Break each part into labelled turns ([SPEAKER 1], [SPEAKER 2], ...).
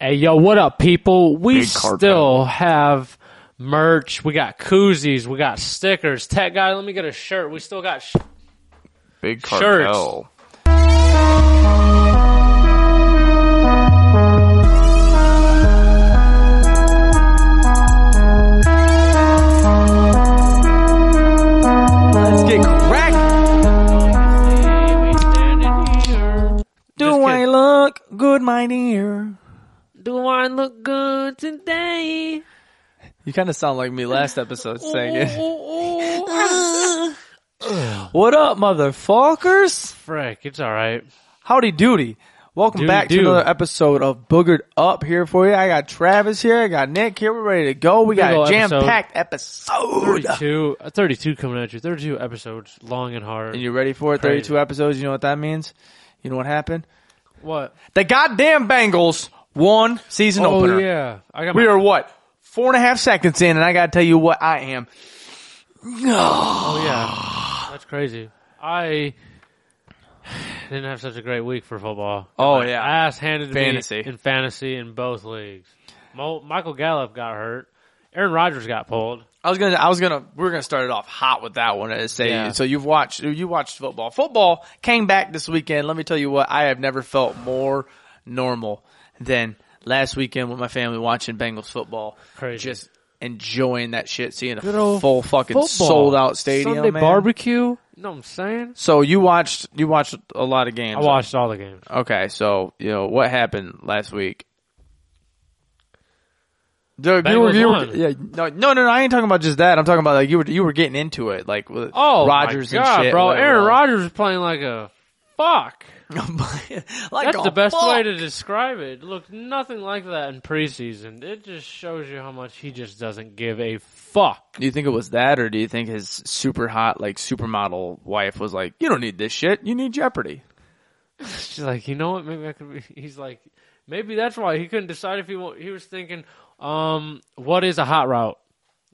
[SPEAKER 1] Hey, yo, what up, people? We
[SPEAKER 2] Big cartel.
[SPEAKER 1] still have merch. We got koozies. We got stickers. Tech guy, let me get a shirt. We still got. Sh-
[SPEAKER 2] Big
[SPEAKER 1] Shirts.
[SPEAKER 2] cartel.
[SPEAKER 3] Let's get cracked.
[SPEAKER 1] Just
[SPEAKER 3] Do I
[SPEAKER 1] kidding.
[SPEAKER 3] look good, my dear?
[SPEAKER 1] Do I look good today?
[SPEAKER 3] You kind of sound like me last episode saying
[SPEAKER 1] Ooh,
[SPEAKER 3] it.
[SPEAKER 1] ooh, ooh.
[SPEAKER 3] What up, motherfuckers?
[SPEAKER 1] Frick, it's all right.
[SPEAKER 3] Howdy doody. Welcome
[SPEAKER 1] Doody
[SPEAKER 3] back
[SPEAKER 1] do.
[SPEAKER 3] to another episode of Boogered Up here for you. I got Travis here. I got Nick here. We're ready to go. We
[SPEAKER 1] Big
[SPEAKER 3] got
[SPEAKER 1] ol'
[SPEAKER 3] a jam-packed episode.
[SPEAKER 1] 32, uh, 32 coming at you. 32 episodes, long and hard.
[SPEAKER 3] And you ready for it? 32 episodes. You know what that means? You know what happened?
[SPEAKER 1] what?
[SPEAKER 3] The goddamn Bengals won season
[SPEAKER 1] Oh,
[SPEAKER 3] opener.
[SPEAKER 1] yeah. I got
[SPEAKER 3] We
[SPEAKER 1] my-
[SPEAKER 3] are what? Four and a half seconds in, and I gotta tell you what I am. No.
[SPEAKER 1] Oh yeah, that's crazy. I didn't have such a great week for football.
[SPEAKER 3] Oh,
[SPEAKER 1] My
[SPEAKER 3] yeah.
[SPEAKER 1] ass handed to me
[SPEAKER 3] Fantasy.
[SPEAKER 1] in fantasy in both leagues. Mo- Michael Gallup got hurt. Aaron Rodgers got pulled.
[SPEAKER 3] I was gonna, I was gonna, we are gonna start it off hot with that one. And say,
[SPEAKER 1] Yeah.
[SPEAKER 3] so you've watched, you watched football. Football came back this weekend. Let me tell you what, I have never felt more normal than last weekend with my family watching Bengals football.
[SPEAKER 1] Crazy.
[SPEAKER 3] Just enjoying that shit, seeing a
[SPEAKER 1] Good old
[SPEAKER 3] full fucking
[SPEAKER 1] football.
[SPEAKER 3] sold out stadium.
[SPEAKER 1] Sunday
[SPEAKER 3] man.
[SPEAKER 1] barbecue. You know what I'm saying?
[SPEAKER 3] So you watched, you watched a lot of games.
[SPEAKER 1] I watched all the games.
[SPEAKER 3] Okay, so you know what happened last week. Dude, you were,
[SPEAKER 1] Bengals
[SPEAKER 3] you were,
[SPEAKER 1] won.
[SPEAKER 3] yeah, no, no, no, I ain't talking about just that. I'm talking about like you were you were getting into it, like with
[SPEAKER 1] Oh
[SPEAKER 3] Rodgers
[SPEAKER 1] my God,
[SPEAKER 3] and shit,
[SPEAKER 1] bro.
[SPEAKER 3] whatever
[SPEAKER 1] Aaron
[SPEAKER 3] it
[SPEAKER 1] Rodgers was playing like a fuck.
[SPEAKER 3] was. like
[SPEAKER 1] That's
[SPEAKER 3] a
[SPEAKER 1] the best
[SPEAKER 3] fuck.
[SPEAKER 1] way to describe it. It looked nothing like that in preseason. It just shows you how much he just doesn't give a fuck.
[SPEAKER 3] Do you think it was that, or do you think his super hot, like supermodel wife was like, "You don't need this shit. You need Jeopardy."
[SPEAKER 1] She's like, you know what? Maybe I could. Be, he's like, maybe that's why he couldn't decide if he wa- he was thinking, um, what is a hot route?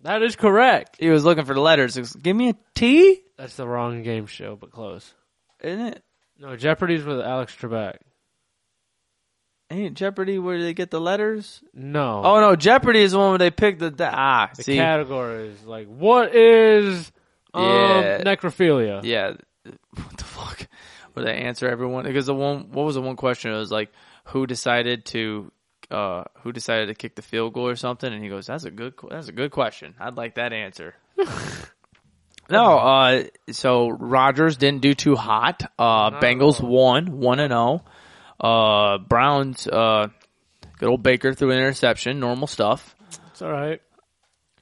[SPEAKER 1] That is correct.
[SPEAKER 3] He was looking for the letters. He was, Give me a T,
[SPEAKER 1] That's the wrong game show, but close.
[SPEAKER 3] isn't it?
[SPEAKER 1] No, Jeopardy's with Alex Trebek.
[SPEAKER 3] Ain't Jeopardy where they get the letters?
[SPEAKER 1] No,
[SPEAKER 3] Oh no, Jeopardy is the one where they pick the, the ah.
[SPEAKER 1] the
[SPEAKER 3] see,
[SPEAKER 1] category is like, what is um,
[SPEAKER 3] Yeah.
[SPEAKER 1] necrophilia?
[SPEAKER 3] Yeah. What the fuck? Would they answer everyone? Because the one, what was the one question? It was like, who decided to, uh, who decided to kick the field goal or something? And he goes, that's a good, que- that's a good question. I'd like that answer. no, uh, so Rogers didn't do too hot. Uh, Bengals won, one and oh. Uh, Browns, uh, good old Baker threw an interception, normal stuff.
[SPEAKER 1] It's all right.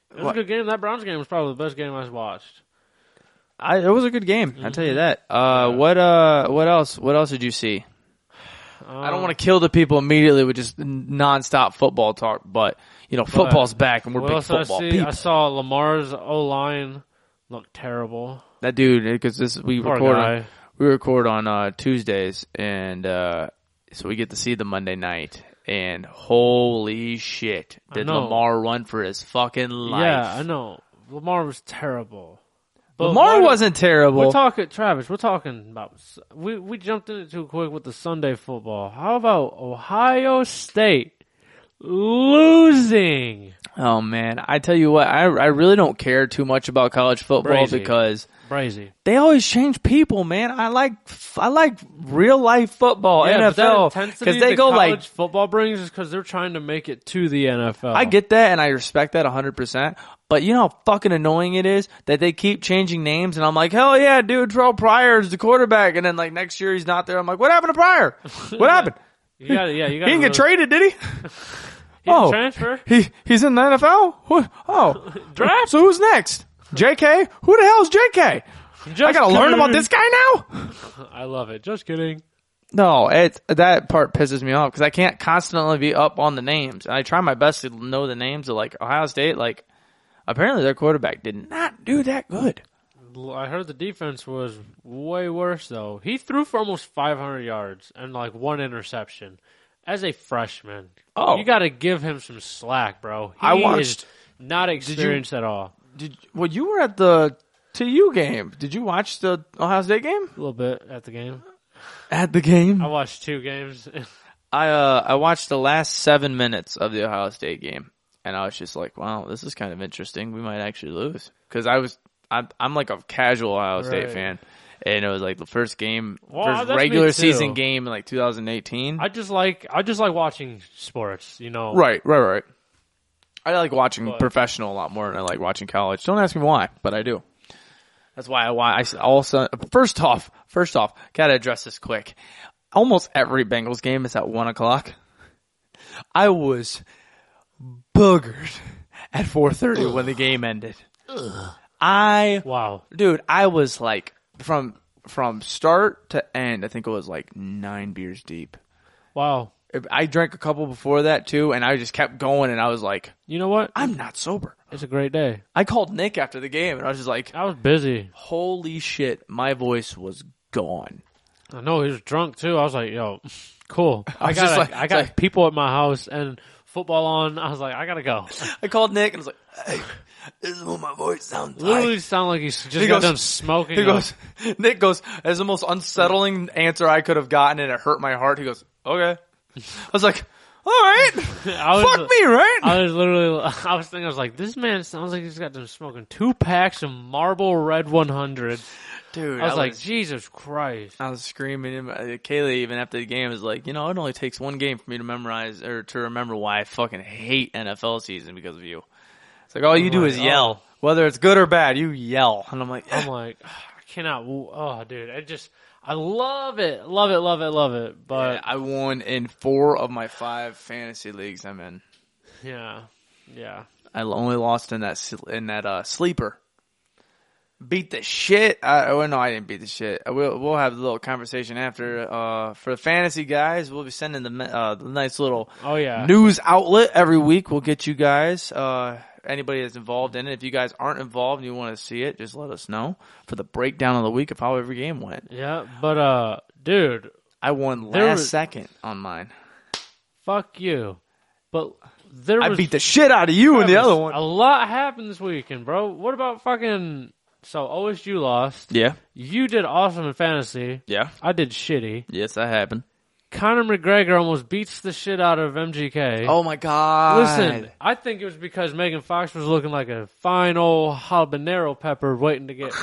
[SPEAKER 1] It was
[SPEAKER 3] What?
[SPEAKER 1] a good game. That Browns game was probably the best game I've watched.
[SPEAKER 3] I, it was a good game. I'll tell you that. Uh, what, uh, what else, what else did you see? I
[SPEAKER 1] Um,
[SPEAKER 3] don't want to kill the people immediately with just nonstop football talk, but you know, football's back and we're
[SPEAKER 1] What
[SPEAKER 3] big
[SPEAKER 1] else did I
[SPEAKER 3] football
[SPEAKER 1] see? I
[SPEAKER 3] people.
[SPEAKER 1] saw Lamar's O line look terrible.
[SPEAKER 3] That dude, because this we
[SPEAKER 1] Poor
[SPEAKER 3] record
[SPEAKER 1] guy.
[SPEAKER 3] on, we record on uh, Tuesdays, and uh, so we get to see the Monday night. And holy shit, did
[SPEAKER 1] know.
[SPEAKER 3] Lamar run for his fucking life?
[SPEAKER 1] Yeah, I know. Lamar was terrible. But
[SPEAKER 3] Lamar
[SPEAKER 1] why-
[SPEAKER 3] wasn't
[SPEAKER 1] We're
[SPEAKER 3] terrible.
[SPEAKER 1] talking, Travis. We're talking about. s- We we jumped in it too quick with the Sunday football. How about Ohio State losing?
[SPEAKER 3] oh man, I tell you what, I I really don't care too much about college football
[SPEAKER 1] Crazy.
[SPEAKER 3] because
[SPEAKER 1] Crazy.
[SPEAKER 3] they always change people, man. I like I like real life football,
[SPEAKER 1] but that
[SPEAKER 3] NFL,
[SPEAKER 1] intensity
[SPEAKER 3] they
[SPEAKER 1] that
[SPEAKER 3] go
[SPEAKER 1] college
[SPEAKER 3] like.
[SPEAKER 1] football brings is because they're trying to make it to the NFL.
[SPEAKER 3] I get that, and I respect that 100. percent But you know how fucking annoying it is that they keep changing names, and I'm like, hell yeah, dude, Terrell Pryor is the quarterback, and then like next year he's not there. I'm like, what happened to Pryor? What happened?
[SPEAKER 1] You got Yeah, you
[SPEAKER 3] He
[SPEAKER 1] got.
[SPEAKER 3] didn't get traded, did he?
[SPEAKER 1] He didn't
[SPEAKER 3] Oh.
[SPEAKER 1] transfer.
[SPEAKER 3] He he's in the NFL. What? Oh,
[SPEAKER 1] Draft.
[SPEAKER 3] So who's next? JK? Who the hell's JK? I
[SPEAKER 1] Just
[SPEAKER 3] gotta learn about
[SPEAKER 1] kidding.
[SPEAKER 3] this guy now.
[SPEAKER 1] I love it. Just kidding.
[SPEAKER 3] No, it that part pisses me off because I can't constantly be up on the names. And I try my best to know the names of like Ohio State. Like apparently their quarterback did not do that good.
[SPEAKER 1] I heard the defense was way worse though. He threw for almost 500 yards and like one interception as a freshman.
[SPEAKER 3] Oh.
[SPEAKER 1] you got to give him some slack, bro. He
[SPEAKER 3] I watched-
[SPEAKER 1] is not experienced at all.
[SPEAKER 3] Did well? You were at the TU game. Did you watch the Ohio State game?
[SPEAKER 1] A little bit at the game.
[SPEAKER 3] At the game,
[SPEAKER 1] I watched two games.
[SPEAKER 3] I uh, I watched the last seven minutes of the Ohio State game, and I was just like, "Wow, this is kind of interesting. We might actually lose." Because I was, I'm, I'm like a casual Ohio State
[SPEAKER 1] Right.
[SPEAKER 3] fan, and it was like the first game,
[SPEAKER 1] Well, that's
[SPEAKER 3] first
[SPEAKER 1] me
[SPEAKER 3] regular
[SPEAKER 1] too.
[SPEAKER 3] season game in like 2018.
[SPEAKER 1] I just like I just like watching sports. You know,
[SPEAKER 3] right, right, right. I like watching
[SPEAKER 1] But-
[SPEAKER 3] professional a lot more than I like watching college. Don't ask me why, but I do. That's why I why I s- also first off, first off, gotta address this quick. Almost every Bengals game is at one o'clock. I was boogered at four thirty when the game ended. I
[SPEAKER 1] Wow.
[SPEAKER 3] dude, I was like from from start to end. I think it was like nine beers deep.
[SPEAKER 1] Wow.
[SPEAKER 3] I drank a couple before that too, and I just kept going, and I was like,
[SPEAKER 1] You know what?
[SPEAKER 3] I'm not sober.
[SPEAKER 1] It's a great day.
[SPEAKER 3] I called Nick after the game, and I was just like,
[SPEAKER 1] I was busy.
[SPEAKER 3] holy shit, my voice was gone.
[SPEAKER 1] I know he was drunk too. I was like, yo, cool. I,
[SPEAKER 3] was
[SPEAKER 1] got
[SPEAKER 3] just
[SPEAKER 1] a-
[SPEAKER 3] like-
[SPEAKER 1] I got
[SPEAKER 3] like-
[SPEAKER 1] people at my house and football on. I was like, I gotta go.
[SPEAKER 3] I called Nick, and I was like, hey, this is what my voice sounds like.
[SPEAKER 1] Literally sound like he's just
[SPEAKER 3] He
[SPEAKER 1] got
[SPEAKER 3] goes-
[SPEAKER 1] done smoking.
[SPEAKER 3] He
[SPEAKER 1] a-
[SPEAKER 3] goes, Nick goes, that's the most unsettling answer I could have gotten, and it hurt my heart. He goes, okay. I was like, all right,
[SPEAKER 1] I was,
[SPEAKER 3] fuck me, right?
[SPEAKER 1] I was literally, I was thinking, I was like, this man sounds like he's got done smoking two packs of Marble Red 100.
[SPEAKER 3] Dude,
[SPEAKER 1] I was like, Jesus Christ.
[SPEAKER 3] I was screaming. in my- uh, Kaylee, even after the game, was like, you know, it only takes one game for me to memorize or to remember why I fucking hate NFL season because of you. It's like all you do
[SPEAKER 1] like,
[SPEAKER 3] is yell, whether it's good or bad. You yell, and I'm like,
[SPEAKER 1] I'm like, I cannot. Oh, dude, I just, I love it, love it, love it, love it. But
[SPEAKER 3] I won in four of my five fantasy leagues I'm in.
[SPEAKER 1] yeah, yeah.
[SPEAKER 3] I only lost in that sl- in that uh, sleeper. Beat the shit. I well, no, I didn't beat the shit. I will, we'll have a little conversation after. Uh, for the fantasy guys, we'll be sending the me- uh, the nice little
[SPEAKER 1] Oh yeah.
[SPEAKER 3] news outlet every week. We'll get you guys, uh, anybody that's involved in it. If you guys aren't involved and you want to see it, just let us know for the breakdown of the week of how every game went.
[SPEAKER 1] yeah, but uh, dude,
[SPEAKER 3] I won
[SPEAKER 1] There
[SPEAKER 3] last
[SPEAKER 1] was-
[SPEAKER 3] second on mine.
[SPEAKER 1] fuck you. But there
[SPEAKER 3] I
[SPEAKER 1] was
[SPEAKER 3] beat the shit out of you in the
[SPEAKER 1] Travis,
[SPEAKER 3] other one.
[SPEAKER 1] A lot happened this weekend, bro. What about fucking? So OSU lost.
[SPEAKER 3] Yeah,
[SPEAKER 1] You did awesome in fantasy.
[SPEAKER 3] yeah,
[SPEAKER 1] I did shitty.
[SPEAKER 3] yes, that happened.
[SPEAKER 1] Conor McGregor almost beats the shit out of MGK.
[SPEAKER 3] Oh my god!
[SPEAKER 1] Listen, I think it was because Megan Fox was looking like a fine old habanero pepper waiting to get.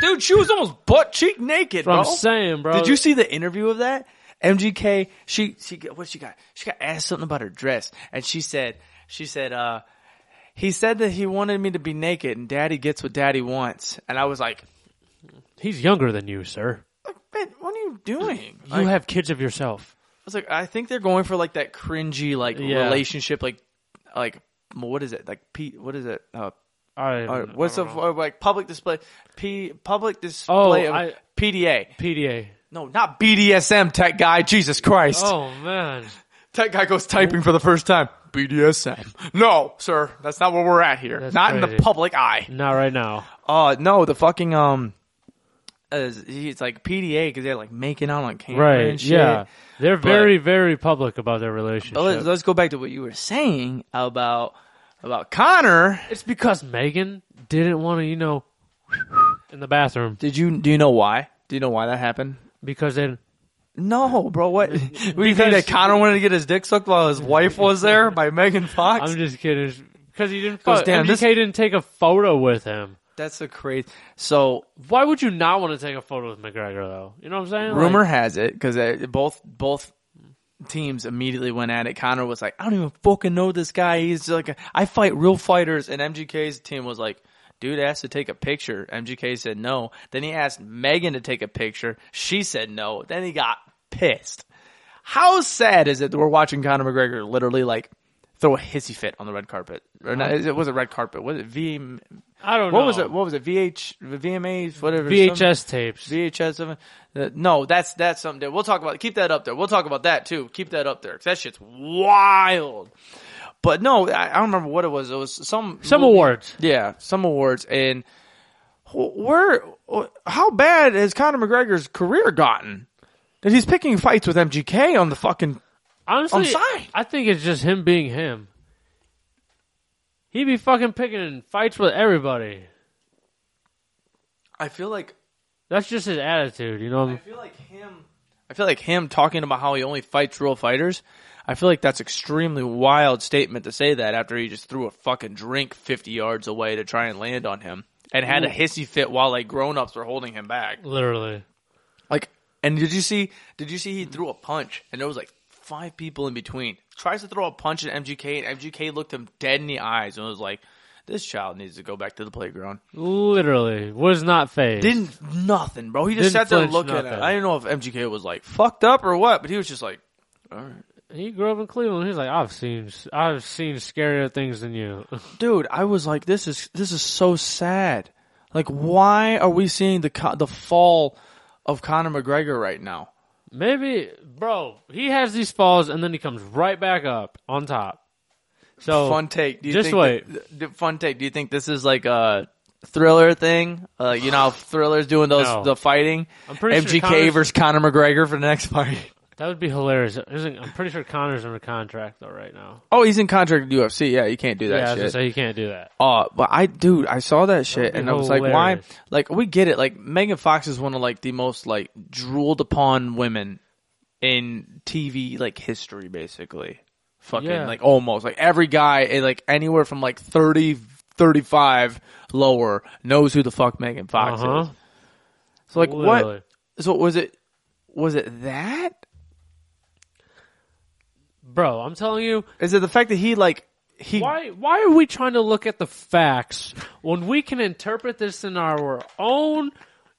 [SPEAKER 3] dude, she was almost butt cheek naked,
[SPEAKER 1] But
[SPEAKER 3] bro.
[SPEAKER 1] I'm saying, bro.
[SPEAKER 3] Did you see the interview of that? MGK, she she got- what she got? She got asked something about her dress, and she said she said uh he said that he wanted me to be naked, and Daddy gets what Daddy wants, and I was like,
[SPEAKER 1] He's younger than you, sir.
[SPEAKER 3] Ben, what are you doing?
[SPEAKER 1] You
[SPEAKER 3] Like, I
[SPEAKER 1] have kids of yourself.
[SPEAKER 3] was like, I think they're going for like that cringy like
[SPEAKER 1] Yeah.
[SPEAKER 3] relationship like like what is it like Pete? What is it? Uh,
[SPEAKER 1] I,
[SPEAKER 3] uh, what's
[SPEAKER 1] I
[SPEAKER 3] the
[SPEAKER 1] don't know.
[SPEAKER 3] uh, like public display? P public display of
[SPEAKER 1] Oh, I-
[SPEAKER 3] PDA.
[SPEAKER 1] PDA?
[SPEAKER 3] No, not BDSM tech guy. Jesus Christ.
[SPEAKER 1] Oh man,
[SPEAKER 3] Tech guy goes typing for the first time. BDSM. No, sir, that's not where we're at here.
[SPEAKER 1] That's
[SPEAKER 3] not in
[SPEAKER 1] crazy.
[SPEAKER 3] the public eye.
[SPEAKER 1] not right now.
[SPEAKER 3] Uh, no, the fucking um, uh, he's like PDA because they're like making out on camera
[SPEAKER 1] Right?
[SPEAKER 3] and shit.
[SPEAKER 1] Yeah, they're very, very public about their
[SPEAKER 3] But let's,
[SPEAKER 1] relationship.
[SPEAKER 3] let's go back to what you were saying about about Connor.
[SPEAKER 1] It's because Megan didn't want to, you know, in the bathroom
[SPEAKER 3] Did you do you know why? Do you know why that happened?
[SPEAKER 1] because then
[SPEAKER 3] No, bro. What? What do you think
[SPEAKER 1] Because-
[SPEAKER 3] that Connor wanted to get his dick sucked while his wife was there by Megan Fox?
[SPEAKER 1] I'm just kidding. Because he didn't.
[SPEAKER 3] Goes,
[SPEAKER 1] Fuck,
[SPEAKER 3] "Damn,
[SPEAKER 1] MGK
[SPEAKER 3] this-
[SPEAKER 1] didn't take a photo with him.
[SPEAKER 3] That's a crazy. So
[SPEAKER 1] Why would you not want to take a photo with McGregor though? You know what I'm saying? Like,
[SPEAKER 3] Rumor has it because both both teams immediately went at it. Connor was like, "I don't even fucking know this guy. He's like, a, I fight real fighters." And MGK's team was like, "Dude asked to take a picture." MGK said no. Then he asked Megan to take a picture. She said no. Then he got pissed. How sad is it that we're watching Conor McGregor literally like throw a hissy fit on the red carpet? Or not, it wasn't red carpet. Was it V?
[SPEAKER 1] I don't know.
[SPEAKER 3] What was it? What was it? VH, VMAs, whatever. some-
[SPEAKER 1] VHS tapes.
[SPEAKER 3] VHS of it. Uh, no, that's that's something that we'll talk about. Keep that up there. We'll talk about that too. Keep that up there. 'cause that shit's wild. But no, I, I don't remember what it was. It was some
[SPEAKER 1] Some awards.
[SPEAKER 3] Yeah, some awards. And wh- where? wh- How bad has Conor McGregor's career gotten? That he's picking fights with MGK on the fucking.
[SPEAKER 1] Honestly,
[SPEAKER 3] I'm sorry.
[SPEAKER 1] I think it's just him being him. He be fucking picking fights with everybody.
[SPEAKER 3] I feel like
[SPEAKER 1] That's just his attitude, you know.
[SPEAKER 3] feel like him. I feel like him talking about how he only fights real fighters. I feel like that's extremely wild statement to say that after he just threw a fucking drink 50 yards away to try and land on him and had a hissy fit while like grown-ups were holding him back.
[SPEAKER 1] Literally.
[SPEAKER 3] Like, and did you see? Did you see he threw a punch and there was like five people in between. Tries to throw a punch at MGK and MGK looked him dead in the eyes and was like, "This child needs to go back to the playground."
[SPEAKER 1] Literally. Was not phased.
[SPEAKER 3] Didn't nothing, bro. He
[SPEAKER 1] Didn't
[SPEAKER 3] just sat there
[SPEAKER 1] flinch,
[SPEAKER 3] looking at it.
[SPEAKER 1] nothing.
[SPEAKER 3] I didn't know if MGK was like fucked up or what, but he was just like, "All right."
[SPEAKER 1] he grew up in Cleveland. He's like, I've seen, I've seen scarier things than you.
[SPEAKER 3] dude, I was like, this is this is so sad. Like, why are we seeing the co- the fall of Conor McGregor right now?
[SPEAKER 1] Maybe, bro. He has these falls and then he comes right back up on top. So
[SPEAKER 3] fun take. Do you
[SPEAKER 1] just
[SPEAKER 3] think
[SPEAKER 1] wait.
[SPEAKER 3] th- th- fun take. Do you think this is like a thriller thing? Uh, you know, how thrillers doing those
[SPEAKER 1] No.
[SPEAKER 3] the fighting.
[SPEAKER 1] I'm pretty sure
[SPEAKER 3] MGK
[SPEAKER 1] Conor's-
[SPEAKER 3] versus Conor McGregor for the next fight.
[SPEAKER 1] that would be hilarious. Isn't, I'm pretty sure Connor's under contract though right now.
[SPEAKER 3] Oh, he's in contract to UFC. Yeah, you can't do
[SPEAKER 1] yeah, I was
[SPEAKER 3] that
[SPEAKER 1] gonna
[SPEAKER 3] shit.
[SPEAKER 1] say you can't do that.
[SPEAKER 3] Uh, but I, dude, I saw that shit
[SPEAKER 1] be
[SPEAKER 3] and I was like, why?
[SPEAKER 1] hilarious.
[SPEAKER 3] Like, we get it. Like, Megan Fox is one of like the most like drooled upon women in TV like history, basically. Fucking
[SPEAKER 1] Yeah.
[SPEAKER 3] like almost like every guy, eh, like anywhere from like 30, 35 lower knows who the fuck Megan Fox
[SPEAKER 1] Uh-huh.
[SPEAKER 3] is. So like,
[SPEAKER 1] Literally.
[SPEAKER 3] what? So was it? Was it that?
[SPEAKER 1] bro? I'm telling you,
[SPEAKER 3] Is it the fact that he like he?
[SPEAKER 1] why why are we trying to look at the facts when we can interpret this in our own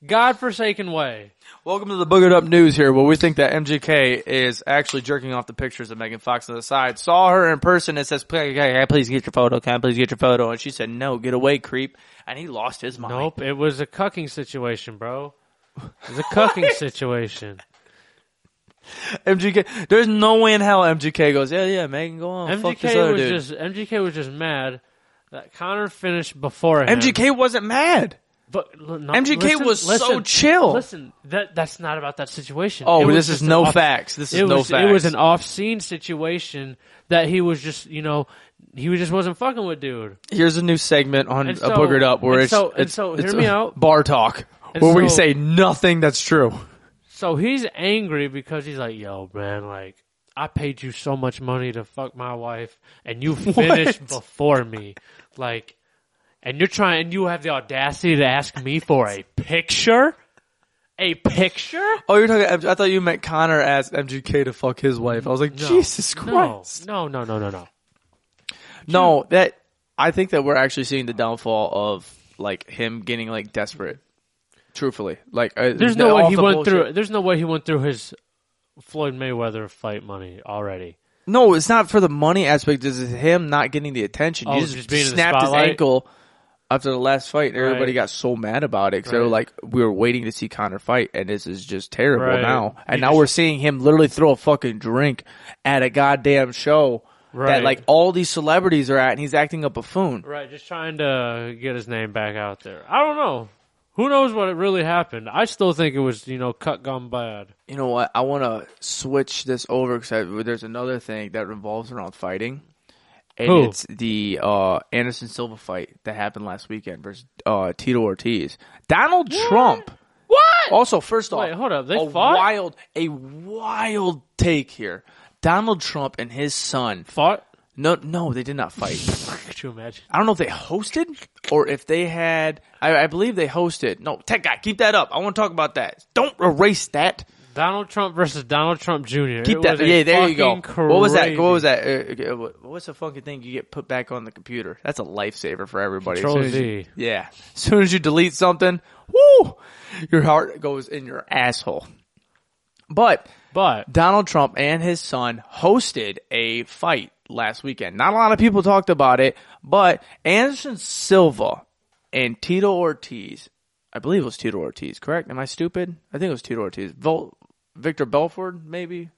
[SPEAKER 1] godforsaken way?
[SPEAKER 3] Welcome to the Boogered Up News here, where we think that MGK is actually jerking off the pictures of Megan Fox on the side. Saw her in person and says, "Please, can I please get your photo? Can I please get your photo?" And she said, "No, get away, creep." And he lost his mind.
[SPEAKER 1] Nope, it was a cucking situation, bro. It was a cucking situation.
[SPEAKER 3] MGK, there's no way in hell MGK goes, "Yeah, yeah, Megan, go on, fuck this
[SPEAKER 1] MGK
[SPEAKER 3] other
[SPEAKER 1] was
[SPEAKER 3] dude."
[SPEAKER 1] just MGK was just mad that Connor finished before him.
[SPEAKER 3] MGK wasn't mad.
[SPEAKER 1] but l- no,
[SPEAKER 3] MGK
[SPEAKER 1] listen-
[SPEAKER 3] was so
[SPEAKER 1] listen,
[SPEAKER 3] chill.
[SPEAKER 1] Listen, that that's not about that situation. It
[SPEAKER 3] Oh,
[SPEAKER 1] was
[SPEAKER 3] this is
[SPEAKER 1] just an
[SPEAKER 3] no
[SPEAKER 1] off-
[SPEAKER 3] facts. This is
[SPEAKER 1] It
[SPEAKER 3] no
[SPEAKER 1] was
[SPEAKER 3] facts.
[SPEAKER 1] it was an off-scene situation that he was just you know he was just wasn't fucking with dude.
[SPEAKER 3] Here's a new segment on
[SPEAKER 1] And
[SPEAKER 3] uh,
[SPEAKER 1] so-
[SPEAKER 3] Boogered Up where
[SPEAKER 1] and
[SPEAKER 3] it's
[SPEAKER 1] so- and
[SPEAKER 3] it's,
[SPEAKER 1] so,
[SPEAKER 3] it's,
[SPEAKER 1] hear me
[SPEAKER 3] uh,
[SPEAKER 1] out.
[SPEAKER 3] bar talk where we
[SPEAKER 1] so-
[SPEAKER 3] say nothing that's true.
[SPEAKER 1] So he's angry because he's like, "Yo, man, like." I paid you so much money to fuck my wife, and you finished before me. Like, and you're trying, and you have the audacity to ask me for a picture? A picture?
[SPEAKER 3] Oh, you're talking. I thought you meant Connor asked MGK to fuck his wife. I was like,
[SPEAKER 1] No,
[SPEAKER 3] Jesus Christ!
[SPEAKER 1] No, no, no, no, no.
[SPEAKER 3] No. that I think that we're actually seeing the downfall of like him getting like desperate. Truthfully, like uh,
[SPEAKER 1] There's no way
[SPEAKER 3] off
[SPEAKER 1] he
[SPEAKER 3] the
[SPEAKER 1] went
[SPEAKER 3] bullshit.
[SPEAKER 1] through. There's no way he went through his Floyd Mayweather fight money already.
[SPEAKER 3] No, it's not for the money aspect. It's him not getting the attention.
[SPEAKER 1] Oh,
[SPEAKER 3] you just,
[SPEAKER 1] just being in the
[SPEAKER 3] snapped his
[SPEAKER 1] spotlight?
[SPEAKER 3] ankle after the last fight, and everybody
[SPEAKER 1] Right.
[SPEAKER 3] got so mad about it because they were
[SPEAKER 1] Right.
[SPEAKER 3] like, "We were waiting to see Connor fight, and this is just terrible
[SPEAKER 1] Right.
[SPEAKER 3] now." And
[SPEAKER 1] You
[SPEAKER 3] now
[SPEAKER 1] just-
[SPEAKER 3] we're seeing him literally throw a fucking drink at a goddamn show that
[SPEAKER 1] Right.
[SPEAKER 3] like all these celebrities are at, and he's acting a buffoon.
[SPEAKER 1] Right, just trying to get his name back out there. I don't know. Who knows what really happened? I still think it was you know cut gum bad.
[SPEAKER 3] You know what? I want to switch this over because there's another thing that revolves around fighting. And
[SPEAKER 1] Who?
[SPEAKER 3] it's the uh, Anderson Silva fight that happened last weekend versus uh, Tito Ortiz. Donald Trump.
[SPEAKER 1] What?
[SPEAKER 3] Also, first off,
[SPEAKER 1] Wait, hold up. They
[SPEAKER 3] a
[SPEAKER 1] fought?
[SPEAKER 3] wild, a wild take here. Donald Trump and his son.
[SPEAKER 1] Fought?
[SPEAKER 3] No, no, they did not fight.
[SPEAKER 1] Could you imagine?
[SPEAKER 3] I don't know if they hosted or if they had. I, I believe they hosted. No, tech guy, keep that up. I want to talk about that. Don't erase that.
[SPEAKER 1] Donald Trump versus Donald Trump Jr.
[SPEAKER 3] Keep
[SPEAKER 1] It
[SPEAKER 3] that.
[SPEAKER 1] was a
[SPEAKER 3] Yeah, there you go.
[SPEAKER 1] fucking
[SPEAKER 3] What was that?
[SPEAKER 1] crazy-
[SPEAKER 3] What was that? Uh, uh, what- what's the fucking thing you get put back on the computer? That's a lifesaver for everybody. As
[SPEAKER 1] Control
[SPEAKER 3] soon as you-
[SPEAKER 1] Z.
[SPEAKER 3] yeah. As soon as you delete something, woo, your heart goes in your asshole. But
[SPEAKER 1] But
[SPEAKER 3] Donald Trump and his son hosted a fight last weekend. Not a lot of people talked about it, but Anderson Silva and Tito Ortiz, I believe it was Tito Ortiz, correct? Am I stupid? I think it was Tito Ortiz. Vol- Victor Belford, maybe?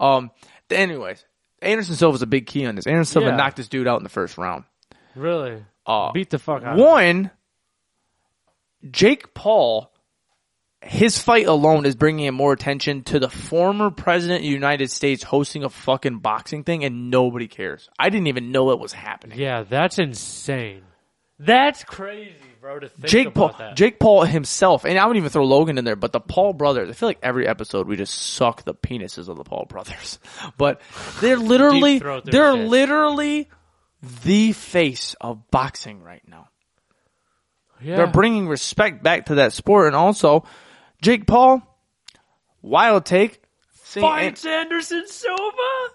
[SPEAKER 3] Um, th- anyways, Anderson Silva's a big key on this. Anderson Silva
[SPEAKER 1] Yeah.
[SPEAKER 3] knocked this dude out in the first round.
[SPEAKER 1] really,
[SPEAKER 3] Uh,
[SPEAKER 1] beat the fuck out. of him.
[SPEAKER 3] One, Jake Paul, his fight alone is bringing in more attention to the former president of the United States hosting a fucking boxing thing and nobody cares. I didn't even know it was happening.
[SPEAKER 1] Yeah, that's insane. That's crazy, bro, to think
[SPEAKER 3] Jake
[SPEAKER 1] about
[SPEAKER 3] Paul,
[SPEAKER 1] that.
[SPEAKER 3] Jake Paul himself, and I would even throw Logan in there, but the Paul brothers. I feel like every episode we just suck the penises of the Paul brothers, but they're literally
[SPEAKER 1] throat their
[SPEAKER 3] they're
[SPEAKER 1] shit.
[SPEAKER 3] literally the face of boxing right now.
[SPEAKER 1] yeah.
[SPEAKER 3] They're bringing respect back to that sport, and also Jake Paul, wild take. See, and
[SPEAKER 1] Fights Anderson Silva,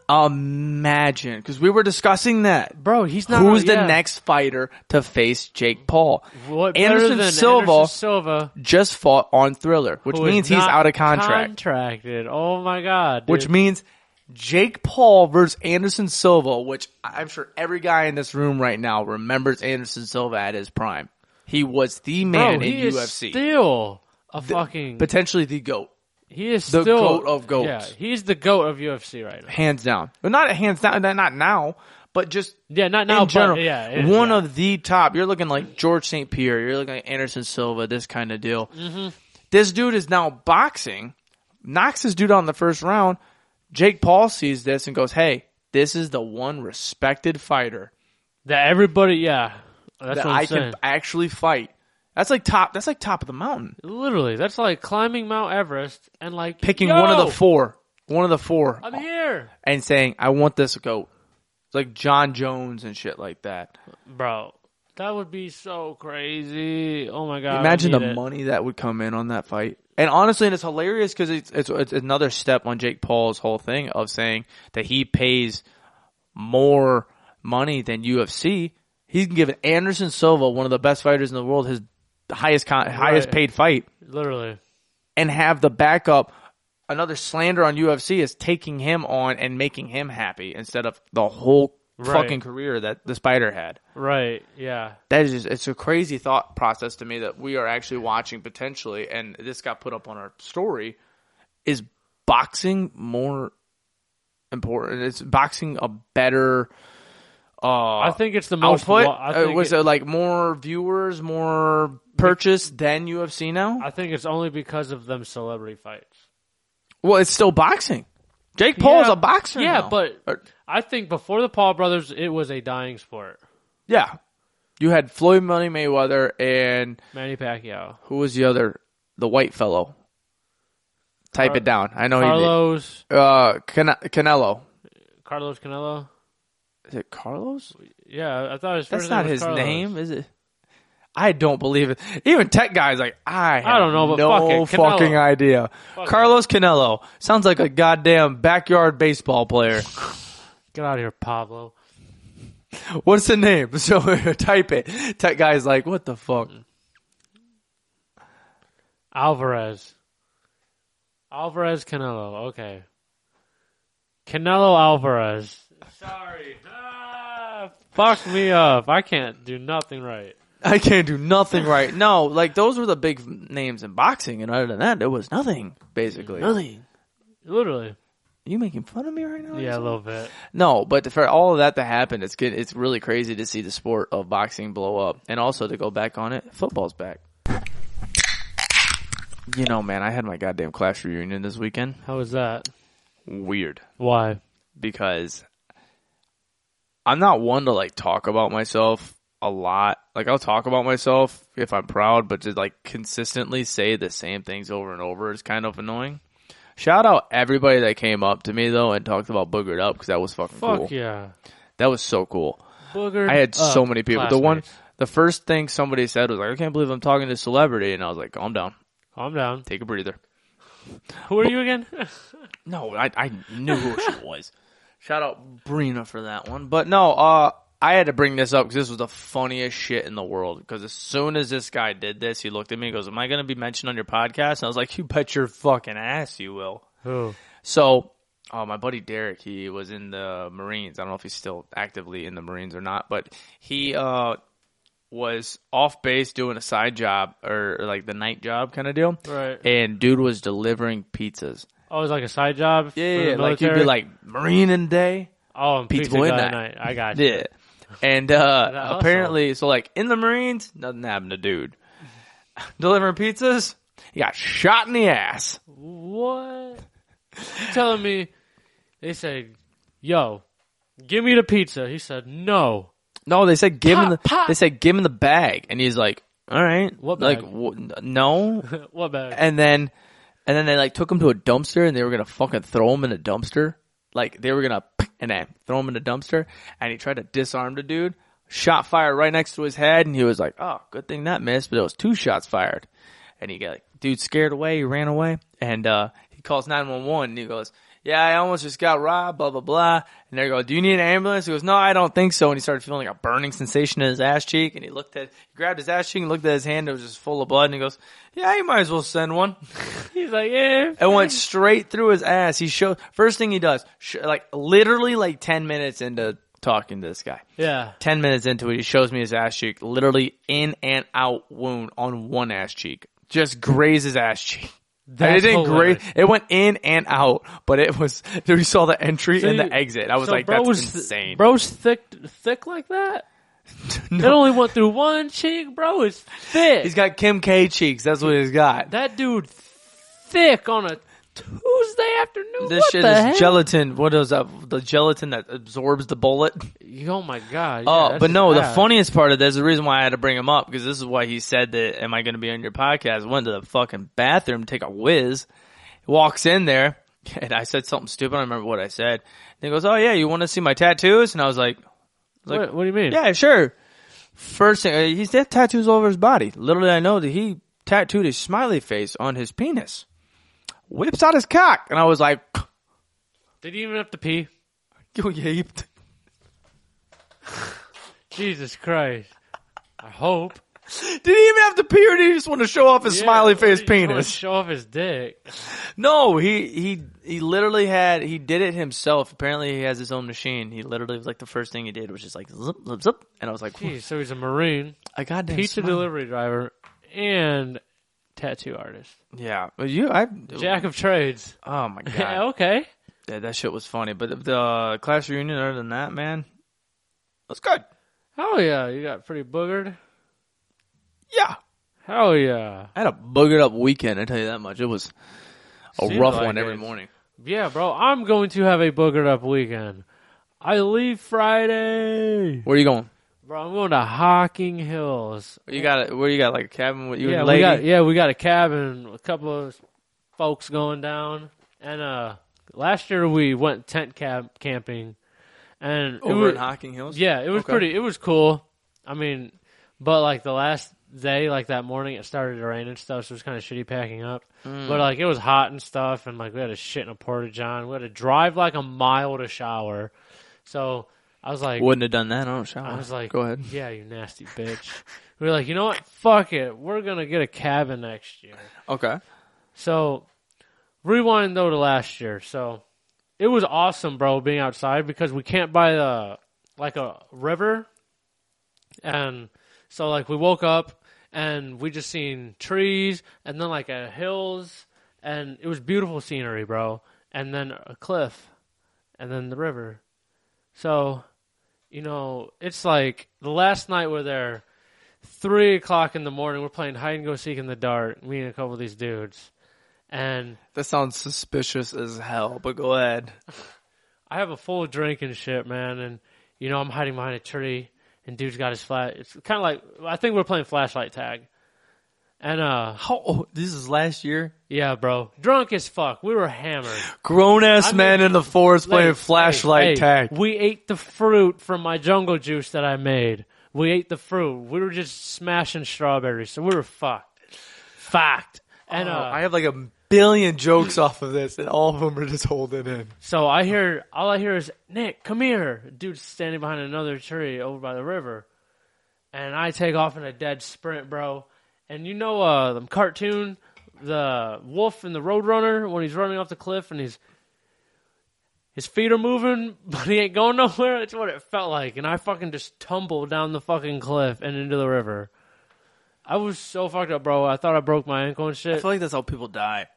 [SPEAKER 3] Uh, imagine because we were discussing that.
[SPEAKER 1] bro. He's not.
[SPEAKER 3] Who's the
[SPEAKER 1] yeah.
[SPEAKER 3] next fighter to face Jake Paul?
[SPEAKER 1] What better
[SPEAKER 3] Anderson
[SPEAKER 1] than
[SPEAKER 3] Silva
[SPEAKER 1] Anderson Silva,
[SPEAKER 3] just fought on Thriller, which
[SPEAKER 1] who is
[SPEAKER 3] means he's
[SPEAKER 1] not
[SPEAKER 3] out of contract.
[SPEAKER 1] Contracted. Oh my god. Dude.
[SPEAKER 3] which means Jake Paul versus Anderson Silva, which I'm sure every guy in this room right now remembers Anderson Silva at his prime. He was the
[SPEAKER 1] bro,
[SPEAKER 3] man
[SPEAKER 1] he
[SPEAKER 3] in
[SPEAKER 1] is
[SPEAKER 3] UFC,
[SPEAKER 1] still a fucking.
[SPEAKER 3] potentially the goat,
[SPEAKER 1] he is
[SPEAKER 3] the
[SPEAKER 1] still
[SPEAKER 3] goat of goats.
[SPEAKER 1] Yeah, he's the goat of UFC right now.
[SPEAKER 3] hands down. Well, not hands down, not not now, but just
[SPEAKER 1] Yeah, not now,
[SPEAKER 3] in general,
[SPEAKER 1] But, yeah, it is,
[SPEAKER 3] one
[SPEAKER 1] yeah.
[SPEAKER 3] of the top. You're looking like George St. Pierre. You're looking like Anderson Silva. This kind of deal.
[SPEAKER 1] Mm-hmm.
[SPEAKER 3] This dude is now boxing. Knocks this dude out in the first round. Jake Paul sees this and goes, "Hey, this is the one respected fighter
[SPEAKER 1] that everybody. Yeah, that's what
[SPEAKER 3] that
[SPEAKER 1] I'm
[SPEAKER 3] I
[SPEAKER 1] saying.
[SPEAKER 3] can actually fight." That's like top. That's like top of the mountain.
[SPEAKER 1] Literally, that's like climbing Mount Everest and like
[SPEAKER 3] Picking
[SPEAKER 1] "Yo,
[SPEAKER 3] one of the four, one of the 4
[SPEAKER 1] I'm here,
[SPEAKER 3] and saying, "I want this goat." It's like John Jones and shit like that.
[SPEAKER 1] bro. That would be so crazy. Oh my god! I
[SPEAKER 3] Imagine
[SPEAKER 1] need
[SPEAKER 3] the
[SPEAKER 1] it.
[SPEAKER 3] money that would come in on that fight. And honestly, and it's hilarious because it's, it's it's another step on Jake Paul's whole thing of saying that he pays more money than UFC. He can give Anderson Silva, one of the best fighters in the world, his highest con- highest paid fight,
[SPEAKER 1] Literally,
[SPEAKER 3] and have the backup. Another slander on UFC is taking him on and making him happy instead of the whole
[SPEAKER 1] Right.
[SPEAKER 3] fucking career that the Spider had.
[SPEAKER 1] right? Yeah,
[SPEAKER 3] That is just, it's a crazy thought process to me that we are actually watching potentially, and this got put up on our story. Is boxing more important? Is boxing a better? Uh,
[SPEAKER 1] I think it's the most.
[SPEAKER 3] output.
[SPEAKER 1] wa- I
[SPEAKER 3] Uh,
[SPEAKER 1] think
[SPEAKER 3] was
[SPEAKER 1] it-
[SPEAKER 3] it like more viewers, more purchase than UFC now?
[SPEAKER 1] I think it's only because of them celebrity fights.
[SPEAKER 3] well, it's still boxing. Jake Paul's
[SPEAKER 1] Yeah.
[SPEAKER 3] a boxer.
[SPEAKER 1] Yeah,
[SPEAKER 3] now.
[SPEAKER 1] but-
[SPEAKER 3] Or-
[SPEAKER 1] I think before the Paul brothers, it was a dying sport.
[SPEAKER 3] yeah, you had Floyd Money Mayweather and
[SPEAKER 1] Manny Pacquiao,
[SPEAKER 3] Who was the other? The white fellow. Type
[SPEAKER 1] Car-
[SPEAKER 3] it down. I know
[SPEAKER 1] Carlos,
[SPEAKER 3] he did. Uh, Can- Canelo.
[SPEAKER 1] Carlos Canelo.
[SPEAKER 3] Is it Carlos?
[SPEAKER 1] Yeah, I thought his
[SPEAKER 3] That's
[SPEAKER 1] first
[SPEAKER 3] not
[SPEAKER 1] name was
[SPEAKER 3] his
[SPEAKER 1] Carlos.
[SPEAKER 3] name, is it? I don't believe it. Even tech guys like I.
[SPEAKER 1] I don't
[SPEAKER 3] have
[SPEAKER 1] know, but
[SPEAKER 3] no
[SPEAKER 1] fuck it, Canelo.
[SPEAKER 3] fucking idea.
[SPEAKER 1] Fuck
[SPEAKER 3] Carlos Canelo sounds like a goddamn backyard baseball player.
[SPEAKER 1] Get out of here, Pablo.
[SPEAKER 3] What's the name? So type it. Tech guys like what the fuck?
[SPEAKER 1] Alvarez. Alvarez Canelo. Okay. Canelo Alvarez. Sorry. Ah, fuck me up. I can't do nothing right.
[SPEAKER 3] I can't do nothing right. No, like those were the big names in boxing, and other than that, there was nothing basically.
[SPEAKER 1] Nothing. Literally.
[SPEAKER 3] you making fun of me right now?
[SPEAKER 1] Yeah, a little bit.
[SPEAKER 3] No, but for all of that to happen, it's good. It's really crazy to see the sport of boxing blow up, and also to go back on it. Football's back. You know, man, I had my goddamn class reunion this weekend.
[SPEAKER 1] How was that?
[SPEAKER 3] Weird
[SPEAKER 1] Why?
[SPEAKER 3] because I'm not one to like talk about myself a lot. Like I'll talk about myself if I'm proud, but to like consistently say the same things over and over is kind of annoying. Shout out everybody that came up to me though and talked about boogered up because that was fucking
[SPEAKER 1] Fuck
[SPEAKER 3] cool.
[SPEAKER 1] yeah.
[SPEAKER 3] That was so cool.
[SPEAKER 1] Booger.
[SPEAKER 3] I had so many people. The one, the first thing somebody said was like, "I can't believe I'm talking to a celebrity," and I was like, "Calm down,
[SPEAKER 1] Calm down.
[SPEAKER 3] take a breather."
[SPEAKER 1] Who are you again?
[SPEAKER 3] No, I, I knew who she was. Shout out Brina for that one. But no, uh, I had to bring this up because this was the funniest shit in the world. Because as soon as this guy did this, he looked at me and goes, "Am I going to be mentioned on your podcast?" And I was like, "You bet your fucking ass, you will."
[SPEAKER 1] Who?
[SPEAKER 3] So, uh, my buddy Derek, he was in the Marines. I don't know if he's still actively in the Marines or not, but he uh, was off base doing a side job or, or like the night job kind of deal.
[SPEAKER 1] Right.
[SPEAKER 3] And dude was delivering pizzas.
[SPEAKER 1] Oh, it was like a side job.
[SPEAKER 3] Yeah,
[SPEAKER 1] for the
[SPEAKER 3] yeah, like you'd be
[SPEAKER 1] military?
[SPEAKER 3] like Marine in day.
[SPEAKER 1] oh, I'm
[SPEAKER 3] pizza
[SPEAKER 1] pizza,
[SPEAKER 3] boy
[SPEAKER 1] guy
[SPEAKER 3] night.
[SPEAKER 1] at night. I got you.
[SPEAKER 3] Yeah. And uh,
[SPEAKER 1] hustle.
[SPEAKER 3] apparently, so like in the Marines, nothing happened to dude. Delivering pizzas, he got shot in the ass.
[SPEAKER 1] What? You telling me? They said, "Yo, give me the pizza." He said, "No."
[SPEAKER 3] No, they said give him the
[SPEAKER 1] Pop, pop.
[SPEAKER 3] they said give him the bag, and he's like, all right.
[SPEAKER 1] What
[SPEAKER 3] like
[SPEAKER 1] bag?
[SPEAKER 3] w- no.
[SPEAKER 1] what bag?
[SPEAKER 3] And then and then they like took him to a dumpster and they were gonna fucking throw him in a dumpster. Like they were gonna and then throw him in a dumpster and he tried to disarm the dude. Shot fired right next to his head and he was like, Oh, good thing that missed, but it was two shots fired. And he got like dude scared away, he ran away, and uh he calls nine one one and he goes, Yeah, I almost just got robbed, blah blah blah and they go, Do you need an ambulance? He goes, No, I don't think so and he started feeling like a burning sensation in his ass cheek and he looked at he grabbed his ass cheek and looked at his hand, it was just full of blood and he goes, Yeah, you might as well send one.
[SPEAKER 1] He's like, yeah.
[SPEAKER 3] It went straight through his ass. He showed first thing he does, sh- like literally like ten minutes into talking to this guy.
[SPEAKER 1] Yeah.
[SPEAKER 3] Ten minutes into it, he shows me his ass cheek, literally in and out wound on one ass cheek, just grazed his ass cheek. And
[SPEAKER 1] That's
[SPEAKER 3] it didn't graze.
[SPEAKER 1] hilarious.
[SPEAKER 3] It went in and out, but it was. We saw the entry and
[SPEAKER 1] you-
[SPEAKER 3] the exit. I was
[SPEAKER 1] so
[SPEAKER 3] like,
[SPEAKER 1] bro's
[SPEAKER 3] "That's
[SPEAKER 1] th-
[SPEAKER 3] insane."
[SPEAKER 1] bro's thick, thick like that. It
[SPEAKER 3] no,
[SPEAKER 1] only went through one cheek, bro. Is thick.
[SPEAKER 3] he's got Kim K cheeks. That's what he's got.
[SPEAKER 1] that dude thick on a Tuesday afternoon.
[SPEAKER 3] This
[SPEAKER 1] what
[SPEAKER 3] shit
[SPEAKER 1] the
[SPEAKER 3] is
[SPEAKER 1] heck?
[SPEAKER 3] gelatin. What is that? The gelatin that absorbs the bullet.
[SPEAKER 1] Oh my god. yeah,
[SPEAKER 3] Oh,
[SPEAKER 1] that's
[SPEAKER 3] but no, the
[SPEAKER 1] bad.
[SPEAKER 3] funniest part of this, the reason why I had to bring him up, because this is why he said that, am I going to be on your podcast? Went to the fucking bathroom, to take a whiz, walks in there, and I said something stupid. I don't remember what I said. And he goes, oh yeah, you want to see my tattoos? And I was like, like-
[SPEAKER 1] what, what do you mean?
[SPEAKER 3] yeah, sure. First thing, uh, he's got tattoos all over his body. Literally, I know that he tattooed a smiley face on his penis. Whips out his cock. And I was like,
[SPEAKER 1] Did he even have to pee?
[SPEAKER 3] you yaped.
[SPEAKER 1] Jesus Christ. I hope.
[SPEAKER 3] Did he even have to pee or did he just want to show off his
[SPEAKER 1] Yeah,
[SPEAKER 3] smiley
[SPEAKER 1] what do
[SPEAKER 3] face
[SPEAKER 1] you- you wanna
[SPEAKER 3] penis?
[SPEAKER 1] Show off his dick.
[SPEAKER 3] No, he he he literally had he did it himself. Apparently, he has his own machine. He literally was like the first thing he did was just like zip zip zip, and I was like,
[SPEAKER 1] Jeez, so he's a Marine,
[SPEAKER 3] I goddamn
[SPEAKER 1] pizza
[SPEAKER 3] smile.
[SPEAKER 1] delivery driver, and tattoo artist.
[SPEAKER 3] Yeah, but you, I,
[SPEAKER 1] Jack of trades.
[SPEAKER 3] oh my
[SPEAKER 1] Yeah,
[SPEAKER 3] god,
[SPEAKER 1] okay.
[SPEAKER 3] that, that shit was funny. But the, the class reunion, other than that, man, that's good.
[SPEAKER 1] Hell yeah, you got pretty boogered.
[SPEAKER 3] Yeah,
[SPEAKER 1] Hell yeah.
[SPEAKER 3] I had a boogered up weekend. I tell you that much. It was a
[SPEAKER 1] Seems
[SPEAKER 3] rough
[SPEAKER 1] like
[SPEAKER 3] one every
[SPEAKER 1] it.
[SPEAKER 3] morning.
[SPEAKER 1] Yeah, bro, I'm going to have a boogered up weekend. I leave Friday.
[SPEAKER 3] Where you going?
[SPEAKER 1] Bro, I'm going to Hocking Hills.
[SPEAKER 3] You got a, where you got like a cabin with you
[SPEAKER 1] yeah,
[SPEAKER 3] and lady?
[SPEAKER 1] we got yeah, we got a cabin, a couple of folks going down, and uh, last year we went tent camp camping, and it
[SPEAKER 3] Over
[SPEAKER 1] was,
[SPEAKER 3] in Hocking Hills.
[SPEAKER 1] yeah, it was
[SPEAKER 3] Okay.
[SPEAKER 1] pretty, it was cool. I mean, but like the last day, like that morning, it started to rain and stuff, so it was kind of shitty packing up.
[SPEAKER 3] Mm.
[SPEAKER 1] But like it was hot and stuff, and like we had a shit in a porta john. We had to drive like a mile to shower, so I was like,
[SPEAKER 3] Wouldn't have done that. I don't shower.
[SPEAKER 1] I was like,
[SPEAKER 3] go ahead.
[SPEAKER 1] Yeah, you nasty bitch. we were like, you know what? Fuck it. We're going to get a cabin next year.
[SPEAKER 3] Okay.
[SPEAKER 1] So, rewind though to last year. So, it was awesome, bro, being outside because we can't buy the, like a river. And so, like, we woke up and we just seen trees and then, like, uh, hills. And it was beautiful scenery, bro. And then a cliff and then the river. So, you know, it's like the last night we're there, three o'clock in the morning, we're playing hide and go seek in the dark, me and a couple of these dudes. And
[SPEAKER 3] That sounds suspicious as hell, but go ahead.
[SPEAKER 1] I have a full drink and shit, man. And, you know, I'm hiding behind a tree and dude's got his flash. It's kind of like, I think we're playing flashlight tag. And, uh,
[SPEAKER 3] How oh, this is last year?
[SPEAKER 1] yeah, bro, drunk as fuck. We were hammered.
[SPEAKER 3] Grown ass
[SPEAKER 1] I
[SPEAKER 3] men in the forest playing
[SPEAKER 1] Ladies,
[SPEAKER 3] flashlight
[SPEAKER 1] hey, hey,
[SPEAKER 3] tag.
[SPEAKER 1] We ate the fruit from my jungle juice that I made. We ate the fruit. We were just smashing strawberries, so we were fucked. Fucked. And
[SPEAKER 3] Oh,
[SPEAKER 1] uh,
[SPEAKER 3] I have like a billion jokes off of this, and all of them are just holding in.
[SPEAKER 1] so I hear all I hear is Nick, come here. Dude's standing behind another tree over by the river, and I take off in a dead sprint, bro. And you know uh, the cartoon, the wolf and the roadrunner when he's running off the cliff and he's his feet are moving, but he ain't going nowhere. That's what it felt like. And I fucking just tumbled down the fucking cliff and into the river. I was so fucked up, bro. I thought I broke my ankle and shit.
[SPEAKER 3] I feel like that's how people die.